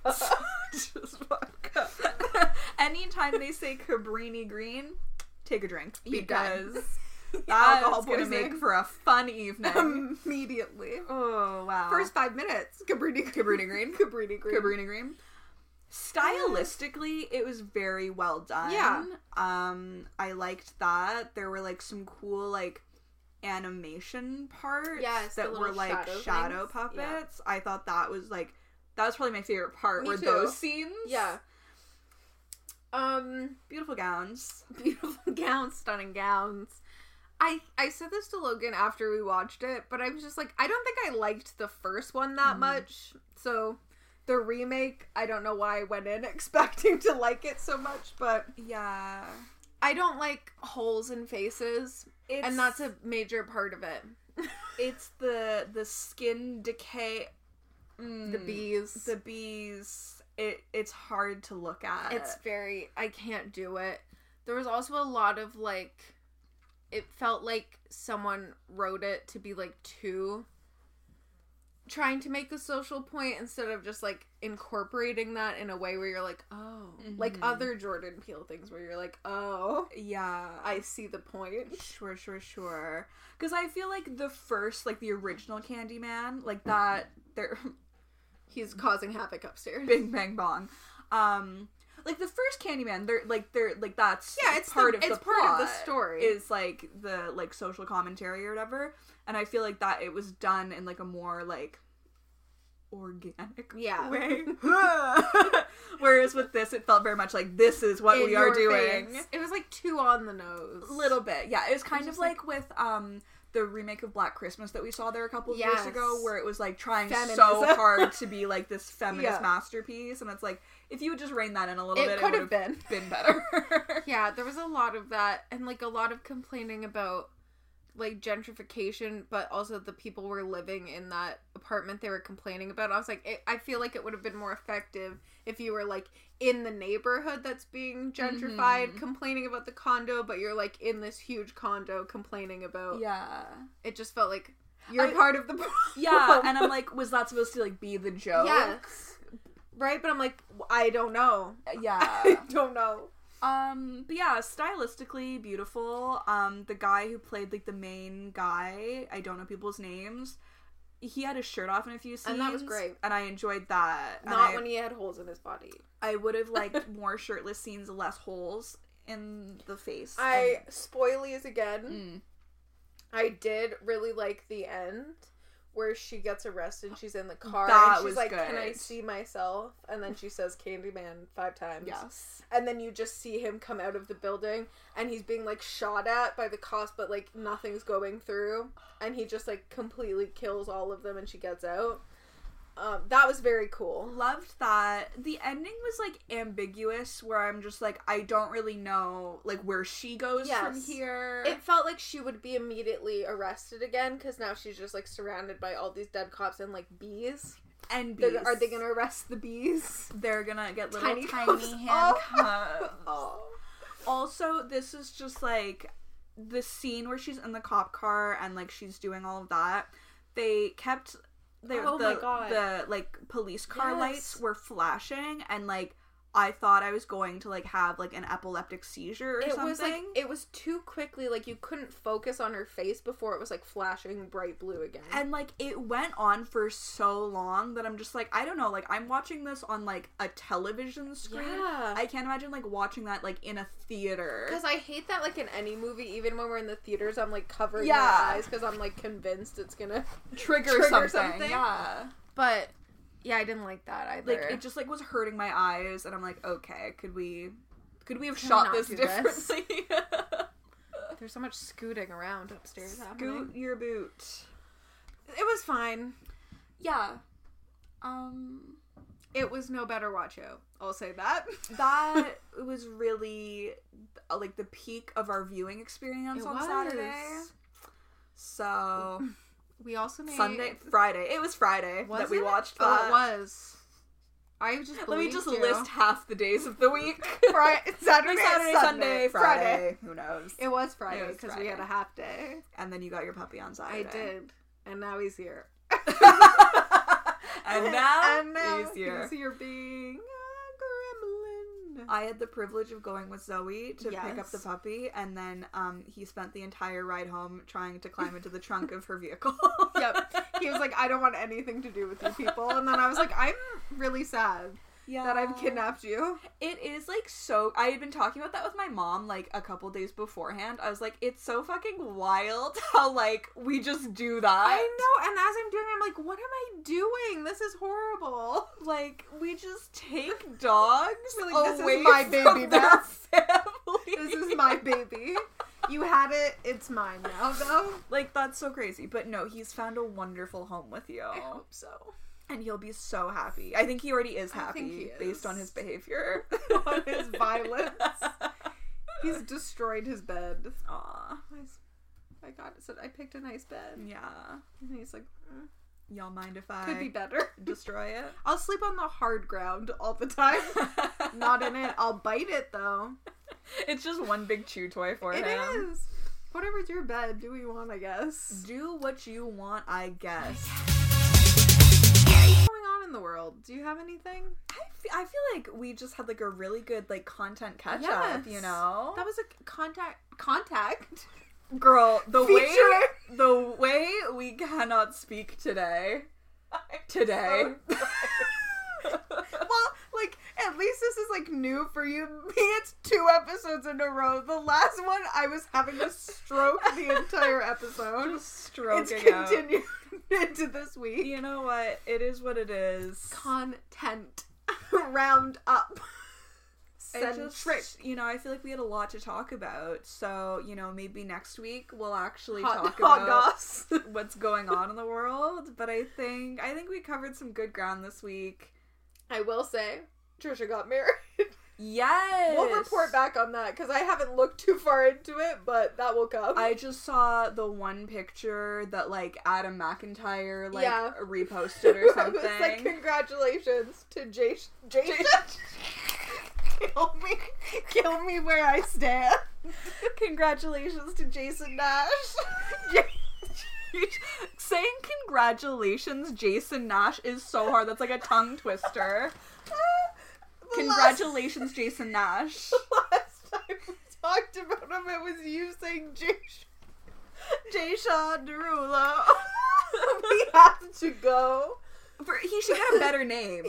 [SPEAKER 1] Just vodka. <laughs> Anytime they say Cabrini Green, take a drink
[SPEAKER 2] You done. <laughs>
[SPEAKER 1] because that's gonna
[SPEAKER 2] poisoning.
[SPEAKER 1] make for a fun
[SPEAKER 2] <laughs>
[SPEAKER 1] evening.
[SPEAKER 2] immediately.
[SPEAKER 1] oh wow!
[SPEAKER 2] Um, First five minutes, Cabrini Cabrini Green. <laughs> Cabrini Green.
[SPEAKER 1] Cabrini Green. Stylistically, it was very well done.
[SPEAKER 2] Yeah.
[SPEAKER 1] Um, I liked that. There were like some cool like animation parts
[SPEAKER 2] Yes, the
[SPEAKER 1] that were
[SPEAKER 2] little
[SPEAKER 1] like
[SPEAKER 2] shadow
[SPEAKER 1] shadow,
[SPEAKER 2] things.
[SPEAKER 1] puppets.
[SPEAKER 2] Yeah.
[SPEAKER 1] I thought that was like that was probably my favorite part
[SPEAKER 2] Me
[SPEAKER 1] were
[SPEAKER 2] too.
[SPEAKER 1] those scenes.
[SPEAKER 2] Yeah. Um.
[SPEAKER 1] Beautiful gowns.
[SPEAKER 2] <laughs> beautiful gowns, stunning gowns. I I said this to Logan after we watched it, but I was just like, I don't think I liked the first one
[SPEAKER 1] Mm-hmm.
[SPEAKER 2] that much. So the remake, I don't know why I went in <laughs> expecting to like it so much, but
[SPEAKER 1] Yeah.
[SPEAKER 2] I don't like holes in faces,
[SPEAKER 1] It's,
[SPEAKER 2] and that's a major part of it.
[SPEAKER 1] it's the the skin decay
[SPEAKER 2] The
[SPEAKER 1] Mm,
[SPEAKER 2] bees.
[SPEAKER 1] the bees it it's hard to look at
[SPEAKER 2] it's very I can't do it. There was also a lot of like it felt like someone wrote it to be like too trying to make a social point instead of just like incorporating that in a way where you're like, oh, like
[SPEAKER 1] Mhm.
[SPEAKER 2] other Jordan Peele things where you're like, oh,
[SPEAKER 1] yeah
[SPEAKER 2] I see the point.
[SPEAKER 1] Sure, sure, sure. Because I feel like the first, like the original Candyman, like that, <laughs> their
[SPEAKER 2] He's causing havoc upstairs.
[SPEAKER 1] Bing Bang Bong, um, like the first Candyman, they're like they're like that's
[SPEAKER 2] Yeah, it's
[SPEAKER 1] part
[SPEAKER 2] the-
[SPEAKER 1] of the
[SPEAKER 2] it's part of the
[SPEAKER 1] plot,
[SPEAKER 2] story.
[SPEAKER 1] is like the like social commentary or whatever, and I feel like that it was done in like a more like organic <laughs>
[SPEAKER 2] Yeah. <laughs>
[SPEAKER 1] way. Whereas with this, it felt very much like this is what
[SPEAKER 2] In
[SPEAKER 1] we are
[SPEAKER 2] your
[SPEAKER 1] doing.
[SPEAKER 2] face. It was like too on the nose.
[SPEAKER 1] little bit yeah it was kind
[SPEAKER 2] just
[SPEAKER 1] of like, with um the remake of black christmas that we saw there a couple of
[SPEAKER 2] Yes.
[SPEAKER 1] years ago where it was like trying so
[SPEAKER 2] <laughs> Feminism.
[SPEAKER 1] hard to be like this feminist
[SPEAKER 2] Yeah.
[SPEAKER 1] masterpiece and it's like if you would just rein that in a little
[SPEAKER 2] It
[SPEAKER 1] bit
[SPEAKER 2] could
[SPEAKER 1] it
[SPEAKER 2] have
[SPEAKER 1] would have
[SPEAKER 2] been.
[SPEAKER 1] been better <laughs>
[SPEAKER 2] Yeah, there was a lot of that and like a lot of complaining about like gentrification, but also the people were living in that apartment they were complaining about. I was like, it, I feel like it would have been more effective if you were like in the neighborhood that's being gentrified,
[SPEAKER 1] Mhm.
[SPEAKER 2] complaining about the condo, but you're like in this huge condo complaining about
[SPEAKER 1] yeah
[SPEAKER 2] it. Just felt like You're
[SPEAKER 1] I-
[SPEAKER 2] part of the <laughs> problem.
[SPEAKER 1] Yeah, and I'm like, was that supposed to like be the joke?
[SPEAKER 2] yes, right. But I'm like, w- I don't know.
[SPEAKER 1] <laughs> Yeah.
[SPEAKER 2] <laughs> I don't know.
[SPEAKER 1] um, but yeah, stylistically beautiful. Um, the guy who played like the main guy, I don't know people's names. He had his shirt off in a few scenes,
[SPEAKER 2] And that was great.
[SPEAKER 1] And I enjoyed that. And
[SPEAKER 2] Not
[SPEAKER 1] I,
[SPEAKER 2] when he had holes in his body.
[SPEAKER 1] I would have
[SPEAKER 2] <laughs>
[SPEAKER 1] liked more shirtless scenes, less holes in the face.
[SPEAKER 2] I spoilies
[SPEAKER 1] Mm.
[SPEAKER 2] again. I did really like the end where she gets arrested and she's in the car
[SPEAKER 1] That
[SPEAKER 2] and she's
[SPEAKER 1] was
[SPEAKER 2] like, "Can I
[SPEAKER 1] good.
[SPEAKER 2] see myself?" And then she says "Candyman" five times.
[SPEAKER 1] yes.
[SPEAKER 2] And then you just see him come out of the building and he's being like shot at by the cops, but like nothing's going through, and he just like completely kills all of them and she gets out. Um, that was very cool.
[SPEAKER 1] Loved that. The ending was like ambiguous where I'm just like I don't really know like where she goes from
[SPEAKER 2] Yes.
[SPEAKER 1] here.
[SPEAKER 2] It felt like she would be immediately arrested again because now she's just like surrounded by all these dead cops and like bees.
[SPEAKER 1] and
[SPEAKER 2] They're- Are they
[SPEAKER 1] bees.
[SPEAKER 2] gonna arrest the bees?
[SPEAKER 1] They're gonna get little
[SPEAKER 2] Tiny
[SPEAKER 1] tiny,
[SPEAKER 2] cuffs. Oh.
[SPEAKER 1] handcuffs.
[SPEAKER 2] <laughs> Oh.
[SPEAKER 1] Also, this is just like the scene where she's in the cop car and like she's doing all of that. They kept the
[SPEAKER 2] Oh
[SPEAKER 1] the,
[SPEAKER 2] my God.
[SPEAKER 1] the like police car
[SPEAKER 2] Yes.
[SPEAKER 1] lights were flashing and like I thought I was going to like have like an epileptic seizure or
[SPEAKER 2] It
[SPEAKER 1] something.
[SPEAKER 2] was like it was too quickly. Like you couldn't focus on her face before it was like flashing bright blue again.
[SPEAKER 1] and like it went on for so long that I'm just like I don't know like I'm watching this on like a television screen.
[SPEAKER 2] yeah,
[SPEAKER 1] I can't imagine like watching that like in a theater.
[SPEAKER 2] because I, hate that. Like in any movie, even when we're in the theaters, I'm like covering
[SPEAKER 1] Yeah.
[SPEAKER 2] my eyes because I'm like convinced it's gonna.
[SPEAKER 1] trigger,
[SPEAKER 2] Trigger
[SPEAKER 1] something.
[SPEAKER 2] something.
[SPEAKER 1] Yeah.
[SPEAKER 2] But yeah, I didn't like that either.
[SPEAKER 1] Like it just like was hurting my eyes and I'm like, okay, could we could we have shot
[SPEAKER 2] not
[SPEAKER 1] this
[SPEAKER 2] do this?
[SPEAKER 1] differently? <laughs>
[SPEAKER 2] There's so much scooting around upstairs. happening.
[SPEAKER 1] Scoot your boot.
[SPEAKER 2] It was fine.
[SPEAKER 1] Yeah. Um
[SPEAKER 2] It was no better watch out. I'll say that. <laughs>
[SPEAKER 1] that was really uh, like the peak of our viewing experience
[SPEAKER 2] It
[SPEAKER 1] on
[SPEAKER 2] was.
[SPEAKER 1] Saturday. So
[SPEAKER 2] <laughs> We also made
[SPEAKER 1] Sunday, Friday. It was Friday
[SPEAKER 2] Was
[SPEAKER 1] that we
[SPEAKER 2] it?
[SPEAKER 1] watched
[SPEAKER 2] Oh,
[SPEAKER 1] that.
[SPEAKER 2] it was. I just
[SPEAKER 1] Let me
[SPEAKER 2] believed
[SPEAKER 1] just
[SPEAKER 2] you.
[SPEAKER 1] list half the days of the week. <laughs>
[SPEAKER 2] Friday, Saturday,
[SPEAKER 1] Saturday, Sunday, Friday. Who knows?
[SPEAKER 2] It was Friday
[SPEAKER 1] was
[SPEAKER 2] because we had
[SPEAKER 1] Friday.
[SPEAKER 2] a half day.
[SPEAKER 1] and then you got your puppy on
[SPEAKER 2] I
[SPEAKER 1] Saturday.
[SPEAKER 2] did, and now he's here. <laughs>
[SPEAKER 1] <laughs> and now,
[SPEAKER 2] and now
[SPEAKER 1] he's here.
[SPEAKER 2] He's here being a gremlin.
[SPEAKER 1] I had the privilege of going with Zoe to pick up
[SPEAKER 2] Yes.
[SPEAKER 1] the puppy, and then um, he spent the entire ride home trying to climb into the trunk of her <laughs> vehicle.
[SPEAKER 2] <laughs> yep. He was like, I don't want anything to do with you people, and then I was like, I'm really sad
[SPEAKER 1] Yeah.
[SPEAKER 2] that I've kidnapped you.
[SPEAKER 1] It is like so. I had been talking about that with my mom like a couple days beforehand. I was like, it's so fucking wild <laughs> how like we just do that.
[SPEAKER 2] I know, and as I'm doing, it, I'm like, what am I doing? This is horrible. <laughs>
[SPEAKER 1] Like we just take dogs
[SPEAKER 2] Really,
[SPEAKER 1] away
[SPEAKER 2] this is my
[SPEAKER 1] <laughs> from
[SPEAKER 2] baby
[SPEAKER 1] their
[SPEAKER 2] now.
[SPEAKER 1] family.
[SPEAKER 2] This is my baby. You had it. It's mine now, though.
[SPEAKER 1] like that's so crazy. But no, he's found a wonderful home with you,
[SPEAKER 2] I hope so.
[SPEAKER 1] and he'll be so happy. I think he already is
[SPEAKER 2] I
[SPEAKER 1] happy
[SPEAKER 2] think he
[SPEAKER 1] based on
[SPEAKER 2] is.
[SPEAKER 1] his behavior,
[SPEAKER 2] <laughs> On his violence. He's destroyed his bed.
[SPEAKER 1] <laughs> Aw,
[SPEAKER 2] I s- I got it. So I picked a nice bed.
[SPEAKER 1] yeah.
[SPEAKER 2] And he's like, "Mm,
[SPEAKER 1] Y'all mind if I
[SPEAKER 2] could be better.
[SPEAKER 1] <laughs>
[SPEAKER 2] <laughs>
[SPEAKER 1] destroy it?
[SPEAKER 2] I'll sleep on the hard ground all the time. <laughs> Not in it. I'll bite it though.
[SPEAKER 1] It's just one big chew toy for
[SPEAKER 2] It is.
[SPEAKER 1] him.
[SPEAKER 2] Whatever's your bed, do we want, I guess.
[SPEAKER 1] Do what you want, I guess. Mm.
[SPEAKER 2] What's going on in the world? Do you have anything?
[SPEAKER 1] I fe- I feel like we just had like a really good like content catch up, you
[SPEAKER 2] Yes.
[SPEAKER 1] know.
[SPEAKER 2] That was a c- contact. Contact. <laughs>
[SPEAKER 1] Girl, the
[SPEAKER 2] Feature.
[SPEAKER 1] way the way we cannot speak today. Today. <laughs>
[SPEAKER 2] well, like at least this is like new for you. <laughs> Me, it's two episodes in a row. The last one, I was having a stroke
[SPEAKER 1] <laughs>
[SPEAKER 2] the entire episode.
[SPEAKER 1] Just stroking
[SPEAKER 2] it's
[SPEAKER 1] out.
[SPEAKER 2] continued <laughs> into this week.
[SPEAKER 1] You know what? It is what it is.
[SPEAKER 2] Content <laughs> round up.
[SPEAKER 1] I
[SPEAKER 2] Send
[SPEAKER 1] just,
[SPEAKER 2] trip.
[SPEAKER 1] you know, I feel like we had a lot to talk about. So, you know, maybe next week we'll actually
[SPEAKER 2] Hot,
[SPEAKER 1] talk
[SPEAKER 2] hot
[SPEAKER 1] about <laughs>
[SPEAKER 2] goss.
[SPEAKER 1] what's going on in the world. But I think I think we covered some good ground this week.
[SPEAKER 2] I will say, Trisha got married. <laughs>
[SPEAKER 1] Yes.
[SPEAKER 2] We'll report back on that because I haven't looked too far into it, but that will come. <laughs>
[SPEAKER 1] I just saw the one picture that like Adam McIntyre like
[SPEAKER 2] Yeah.
[SPEAKER 1] reposted or
[SPEAKER 2] <laughs> I was
[SPEAKER 1] something.
[SPEAKER 2] like, congratulations to Jay. Jay.
[SPEAKER 1] <laughs>
[SPEAKER 2] <laughs> kill me, kill me where I stand. <laughs>
[SPEAKER 1] Congratulations to Jason Nash. Send saying congratulations, Jason Nash, is so hard. That's like a tongue
[SPEAKER 2] <laughs>
[SPEAKER 1] twister.
[SPEAKER 3] The last-
[SPEAKER 1] Congratulations, Jason Nash.
[SPEAKER 3] <laughs> Last time we talked about him, it was you saying Jason.
[SPEAKER 1] Jay Shaw Derulo.
[SPEAKER 3] <laughs> We have to go.
[SPEAKER 1] For- he should get a better
[SPEAKER 2] <laughs>
[SPEAKER 1] name.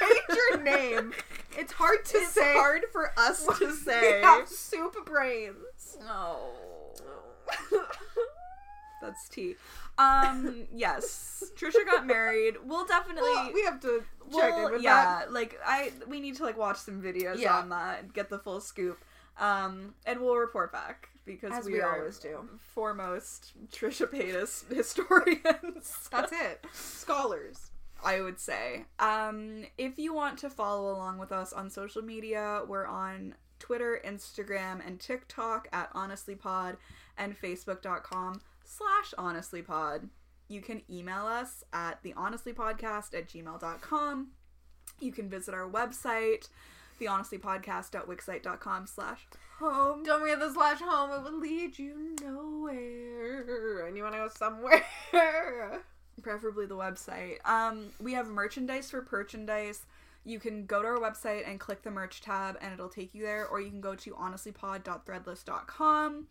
[SPEAKER 3] Change your name. It's hard to
[SPEAKER 1] it's
[SPEAKER 3] say. <laughs>
[SPEAKER 1] hard for us
[SPEAKER 2] <laughs>
[SPEAKER 1] to say.
[SPEAKER 3] We have soup
[SPEAKER 1] <laughs>
[SPEAKER 3] brains.
[SPEAKER 1] No. That's tea. Um, yes. Trisha got married. We'll definitely
[SPEAKER 3] Well, we have to check
[SPEAKER 1] well,
[SPEAKER 3] in with
[SPEAKER 1] yeah, like I we need to like watch some videos
[SPEAKER 3] Yeah.
[SPEAKER 1] on that and get the full scoop. Um and we'll report back because
[SPEAKER 3] that, as
[SPEAKER 1] we,
[SPEAKER 3] we,
[SPEAKER 1] are
[SPEAKER 3] always do.
[SPEAKER 1] foremost Trisha Paytas <laughs> historians.
[SPEAKER 3] That's it. Scholars.
[SPEAKER 1] I would say. Um, if you want to follow along with us on social media, we're on Twitter, Instagram, and TikTok at honestlypod and facebook.com slash honestlypod. You can email us at the honestlypodcast at gmail.com. You can visit our website, thehonestlypodcast.wixsite.com slash home.
[SPEAKER 2] Don't forget the slash home. It would lead you
[SPEAKER 3] You nowhere, and you want to go somewhere.
[SPEAKER 1] preferably the website. Um, we have merchandise for merchandise. You can go to our website and click the merch tab, and it'll take you there. Or you can go to honestlypod.threadless.com.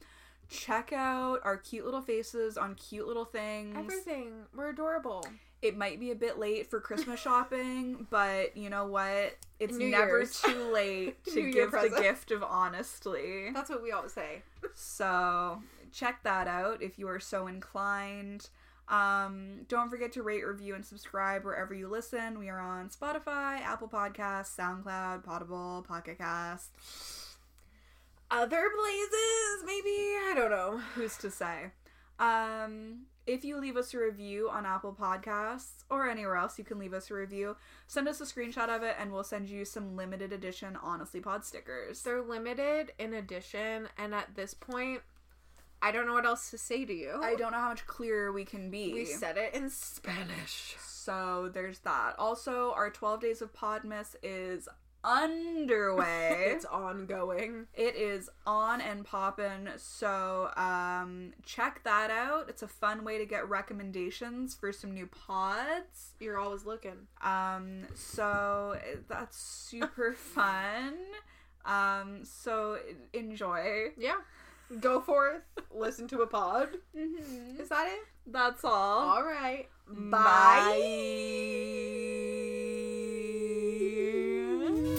[SPEAKER 1] Check out our cute little faces on cute little things.
[SPEAKER 2] everything. We're adorable.
[SPEAKER 1] It might be a bit late for
[SPEAKER 3] <laughs>
[SPEAKER 1] Christmas shopping, but you know what? It's
[SPEAKER 2] New
[SPEAKER 1] never
[SPEAKER 2] Year's.
[SPEAKER 1] too
[SPEAKER 3] <laughs>
[SPEAKER 1] late
[SPEAKER 3] New
[SPEAKER 1] to
[SPEAKER 3] Year
[SPEAKER 1] give the
[SPEAKER 3] present.
[SPEAKER 1] gift of honestly.
[SPEAKER 3] That's what we always say.
[SPEAKER 1] So check that out if you are so inclined. Um, don't forget to rate, review, and subscribe wherever you listen. We are on Spotify, Apple Podcasts, SoundCloud, Potable, Pocket Cast.
[SPEAKER 3] Other blazes, maybe? I don't know.
[SPEAKER 1] Who's to say? Um, if you leave us a review on Apple Podcasts or anywhere else, you can leave us a review. Send us a screenshot of it, and we'll send you some limited edition Honestly Pod stickers.
[SPEAKER 2] They're limited in addition, and at this point, I don't know what else to say to you.
[SPEAKER 1] I don't know how much clearer we can be.
[SPEAKER 2] We said it in Spanish.
[SPEAKER 1] So there's that. Also, our 12 Days of Podmas is
[SPEAKER 2] <laughs>
[SPEAKER 1] underway.
[SPEAKER 3] It's ongoing.
[SPEAKER 1] it is on and poppin'. So um, check that out. It's a fun way to get recommendations for some new pods.
[SPEAKER 3] You're always looking.
[SPEAKER 1] Um, so that's super fun. Um, so enjoy.
[SPEAKER 2] Yeah.
[SPEAKER 3] Go forth, listen to a pod.
[SPEAKER 2] Mm-hmm.
[SPEAKER 1] Mhm.
[SPEAKER 3] Is that it?
[SPEAKER 1] That's all.
[SPEAKER 3] All right.
[SPEAKER 1] Bye.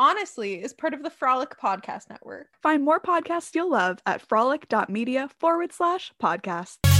[SPEAKER 3] Honestly is part of the Frolic Podcast Network.
[SPEAKER 1] Find more podcasts you'll love at frolic.media forward slash podcasts.